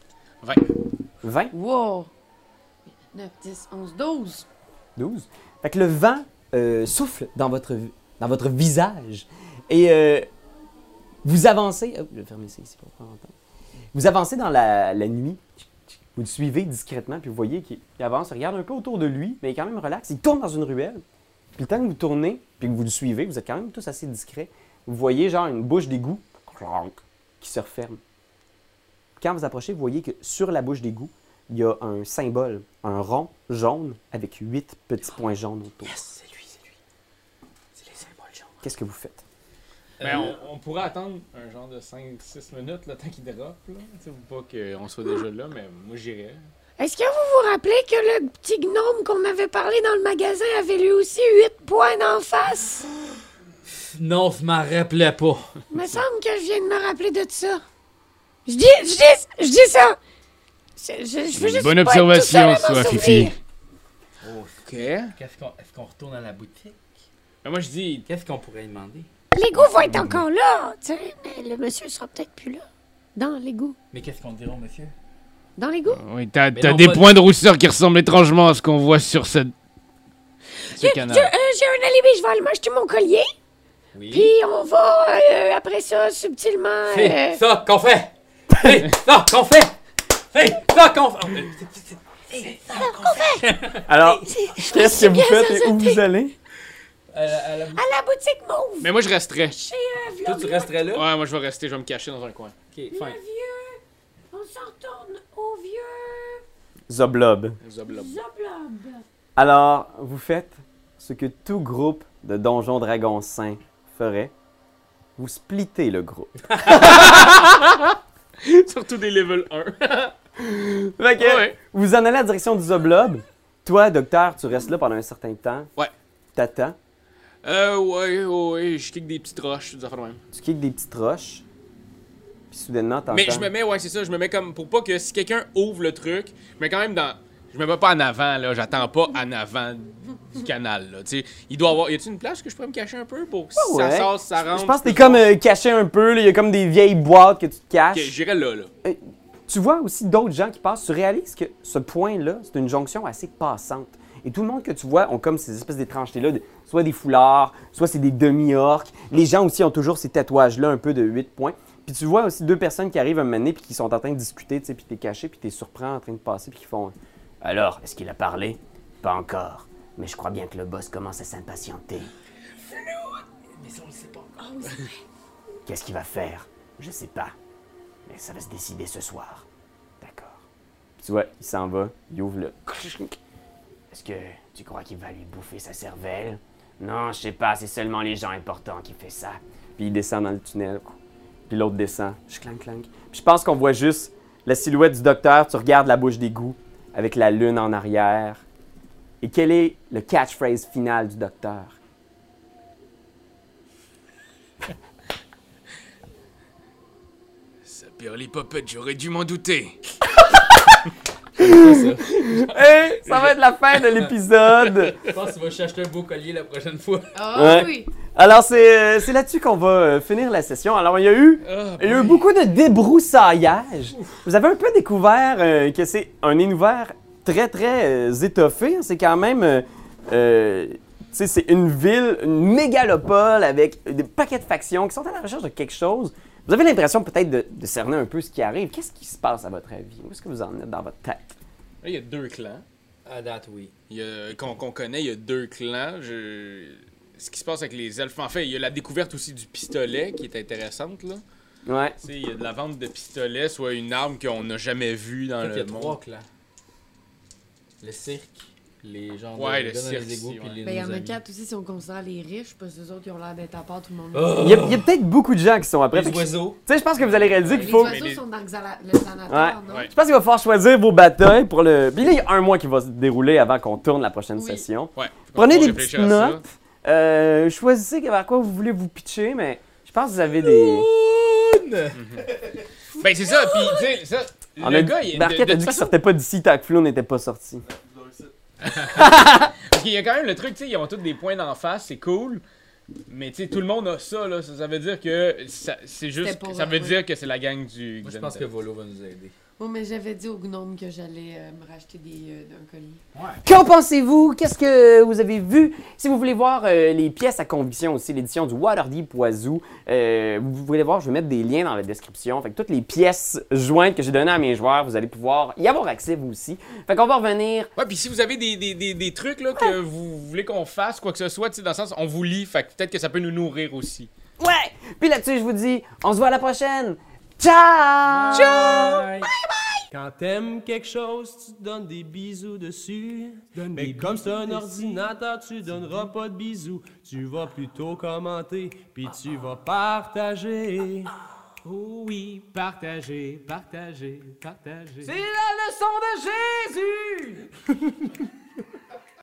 Speaker 1: 20,
Speaker 3: Wow. 9, 10, 11, 12.
Speaker 1: 12. Fait que le vent euh, souffle dans votre, dans votre visage et euh, vous avancez. hop, je vais fermer ça ici pour pas entendre. Vous avancez dans la, la nuit. Vous le suivez discrètement, puis vous voyez qu'il il avance, il regarde un peu autour de lui, mais il est quand même relax. Il tourne dans une ruelle. Puis le temps que vous tournez, puis que vous le suivez, vous êtes quand même tous assez discrets. Vous voyez genre une bouche d'égout clonk, qui se referme. Quand vous approchez, vous voyez que sur la bouche d'égout, il y a un symbole, un rond jaune avec huit petits points jaunes autour.
Speaker 4: c'est lui, c'est lui. C'est les symboles jaunes.
Speaker 1: Qu'est-ce que vous faites?
Speaker 2: Ben, on, on pourrait attendre un genre de 5-6 minutes, le temps qu'il dérape, là. Tu sais, pas qu'on soit déjà là, mais moi, j'irais.
Speaker 8: Est-ce que vous vous rappelez que le petit gnome qu'on avait parlé dans le magasin avait lui aussi huit points d'en face?
Speaker 4: Non, je m'en rappelais pas.
Speaker 8: me semble que je viens de me rappeler de ça. Je dis, je dis, je dis ça. Je, je, je veux juste
Speaker 2: Bonne
Speaker 8: pas être tout
Speaker 2: observation,
Speaker 8: seul hein, à m'en
Speaker 2: toi,
Speaker 8: souvenir.
Speaker 2: Fifi.
Speaker 4: Ok. Qu'est-ce qu'on, est-ce qu'on retourne à la boutique?
Speaker 2: Ben, moi, je dis.
Speaker 4: Qu'est-ce qu'on pourrait lui demander?
Speaker 8: L'égout va être encore là, tu sais, mais le monsieur sera peut-être plus là. Dans l'égout.
Speaker 4: Mais qu'est-ce qu'on dirait au monsieur?
Speaker 8: Dans l'égout.
Speaker 2: Oui, t'as
Speaker 4: Mais t'as non, des pas- points
Speaker 2: de rousseur qui ressemblent étrangement à ce qu'on voit sur cette.
Speaker 8: Je-
Speaker 1: Ah.
Speaker 8: je- euh, J'ai un alibi, je vais aller m'acheter mon collier,
Speaker 4: Oui.
Speaker 8: puis on va, euh, après ça, subtilement...
Speaker 4: C'est
Speaker 8: euh,
Speaker 4: ça qu'on fait! C'est ça qu'on fait! C'est ça qu'on
Speaker 9: Oh,
Speaker 4: fait!
Speaker 1: Alors,
Speaker 8: c'est- je me
Speaker 1: qu'est-ce
Speaker 8: suis
Speaker 1: que vous
Speaker 8: bien
Speaker 1: faites et où
Speaker 8: sautée.
Speaker 1: vous allez?
Speaker 4: À la- à la boutique,
Speaker 8: À la boutique Mauve. euh,
Speaker 2: Mais moi, je resterais.
Speaker 4: toi, tu resterais là?
Speaker 2: Ouais, moi, je vais rester, je vais me cacher dans un coin.
Speaker 4: Ok, fin.
Speaker 8: On s'en retourne au vieux
Speaker 1: Zoblob.
Speaker 2: Zoblob.
Speaker 8: Zoblob.
Speaker 1: Alors, vous faites ce que tout groupe de Donjons Dragons Saints ferait. Vous splittez le groupe.
Speaker 2: Surtout des level 1.
Speaker 1: Fait que,
Speaker 2: Ouais.
Speaker 1: Vous en allez à la direction du Zoblob. Toi, docteur, tu restes là pendant un certain temps.
Speaker 2: Ouais.
Speaker 1: T'attends.
Speaker 2: Euh, ouais, ouais, ouais, je kick des petites roches, des affaires de même.
Speaker 1: Tu kicks des petites roches. Puis soudainement, t'entends.
Speaker 2: Mais je me mets, ouais, c'est ça, je me mets comme pour pas que si quelqu'un ouvre le truc, je mets quand même dans. Je me mets pas en avant, là, j'attends pas en avant du canal, là. Tu sais, il doit avoir. Y a-t-il une place que je pourrais me cacher un peu pour que si
Speaker 1: Ouais.
Speaker 2: ça sort, si ça rentre
Speaker 1: Je pense que t'es
Speaker 2: je-
Speaker 1: comme euh, caché un peu. là. Il y a comme des vieilles boîtes que tu te caches.
Speaker 2: Ok, j'irai là, là.
Speaker 1: tu vois aussi d'autres gens qui passent. Tu réalises que ce point-là, c'est une jonction assez passante. Et tout le monde que tu vois ont comme ces espèces d'étrangetés-là, de- soit des foulards, soit c'est des demi-orques. Les gens aussi ont toujours ces tatouages-là un peu de 8 points. Puis tu vois aussi deux personnes qui arrivent à un moment donné, puis qui sont en train de discuter, tu sais, puis t'es caché, puis t'es surprends en train de passer, puis qui font « Alors, est-ce qu'il a parlé? »« Pas encore. Mais je crois bien que le boss commence à s'impatienter. » Qu'est-ce qu'il va faire Je sais pas. Mais ça va se décider ce soir. D'accord. Puis tu vois, il s'en va, il ouvre le. Est-ce que tu crois qu'il va lui bouffer sa cervelle Non, je sais pas, c'est seulement les gens importants qui font ça. Puis il descend dans le tunnel. Puis l'autre descend. Je clank clank. Puis je pense qu'on voit juste la silhouette du docteur. Tu regardes la bouche d'égout avec la lune en arrière. Et quel est le catchphrase final du docteur?
Speaker 7: Ça perd les popettes, j'aurais dû m'en douter.
Speaker 1: Hey, ça va être la fin de l'épisode!
Speaker 9: Je pense que tu vas chercher un beau collier la prochaine fois.
Speaker 3: Ah
Speaker 1: Ouais.
Speaker 3: oui.
Speaker 1: Alors, c'est euh, c'est là-dessus qu'on va euh, finir la session. Alors, il y a eu, il y a eu beaucoup de débroussaillage. Vous avez un peu découvert euh, que c'est un univers très, très euh, étoffé. C'est quand même... euh, euh, tu sais, c'est une ville, une mégalopole avec des paquets de factions qui sont à la recherche de quelque chose. Vous avez l'impression peut-être de, de cerner un peu ce qui arrive. Qu'est-ce qui se passe à votre avis? Où est-ce que vous en êtes dans votre tête?
Speaker 2: Là, il y a deux clans.
Speaker 9: À date, oui.
Speaker 2: Il y a- Qu'on qu'on connaît, il y a deux clans. Je- Ce qui se passe avec les elfes. En fait, il y a la découverte aussi du pistolet qui est intéressante. Là.
Speaker 1: Ouais.
Speaker 2: Tu sais, Il y a de la vente de pistolets, soit une arme qu'on n'a jamais vue dans
Speaker 9: En fait, il y
Speaker 2: le
Speaker 9: a
Speaker 2: monde.
Speaker 9: trois clans. Le cirque, les gens
Speaker 2: Ouais,
Speaker 9: de,
Speaker 2: le
Speaker 9: gars dans
Speaker 2: cirque
Speaker 9: les égouts,
Speaker 2: ici,
Speaker 9: puis
Speaker 2: ouais.
Speaker 9: les
Speaker 3: Ben, il y en
Speaker 9: nos
Speaker 3: a
Speaker 9: amis.
Speaker 3: quatre aussi si on considère les riches, parce que eux autres, ils ont l'air d'être à part tout le monde.
Speaker 9: Oh!
Speaker 1: Il y a, il y a peut-être beaucoup de gens qui sont après.
Speaker 9: Les
Speaker 1: Fait que- Tu
Speaker 9: oiseaux.
Speaker 1: sais, je pense que vous allez réaliser
Speaker 3: Ben, Les
Speaker 1: qu'il faut...
Speaker 3: oiseaux
Speaker 2: Mais les-
Speaker 3: sont dans le xala- le sanatoire, non?
Speaker 2: ouais.
Speaker 1: Je pense qu'il va falloir choisir vos batailles pour le. Puis là, il y a un mois qui va se dérouler avant qu'on tourne la prochaine
Speaker 3: Oui.
Speaker 1: session.
Speaker 2: Ouais.
Speaker 1: Prenez
Speaker 2: Faut
Speaker 1: des petites
Speaker 2: réfléchir à ça.
Speaker 1: notes. Euh, choisissez vers quoi vous voulez vous pitcher, mais je pense que vous avez des.
Speaker 2: Ben, c'est ça. Puis, tu sais, ça.
Speaker 1: On
Speaker 2: le
Speaker 1: a-
Speaker 2: gars, il de-
Speaker 1: Barquette
Speaker 2: de
Speaker 1: a dit
Speaker 2: toute
Speaker 1: qu'il
Speaker 2: façon,
Speaker 1: sortait pas d'ici tant que Flo n'était pas sorti.
Speaker 2: Parce qu'il y a quand même le truc, tu sais, ils ont tous des points d'en face, c'est cool. Mais tu sais, tout le monde a ça, là. Ça, ça veut dire que. ça- C'est juste.
Speaker 3: C'était pour
Speaker 2: ça
Speaker 3: eux,
Speaker 2: veut
Speaker 3: ouais.
Speaker 2: dire que c'est la gang du.
Speaker 9: Moi, je pense que Volo va nous aider.
Speaker 3: Oh, mais j'avais dit au gnome que j'allais euh, me racheter des, euh, un collier.
Speaker 1: Qu'en pensez-vous? Qu'est-ce que vous avez vu? Si vous voulez voir euh, les pièces à conviction aussi, l'édition du Waterdeep Oiseau, euh, vous pouvez les voir, je vais mettre des liens dans la description. Fait que toutes les pièces jointes que j'ai données à mes joueurs, vous allez pouvoir y avoir accès vous aussi. Fait qu'on va revenir
Speaker 2: Ouais, puis si vous avez des, des, des, des trucs, là, que vous voulez qu'on fasse, quoi que ce soit, tu sais, dans le sens, on vous lit. Fait que peut-être que ça peut nous nourrir aussi.
Speaker 1: Ouais! Puis là-dessus, je vous dis, on se voit à la prochaine! Ciao! Ciao!
Speaker 10: Quand t'aimes quelque chose, tu te donnes des bisous dessus. Mais comme c'est un ordinateur, tu donneras pas de bisous. Tu vas plutôt commenter, puis tu vas partager. Oh oui, partager, partager, partager.
Speaker 1: C'est la leçon de Jésus!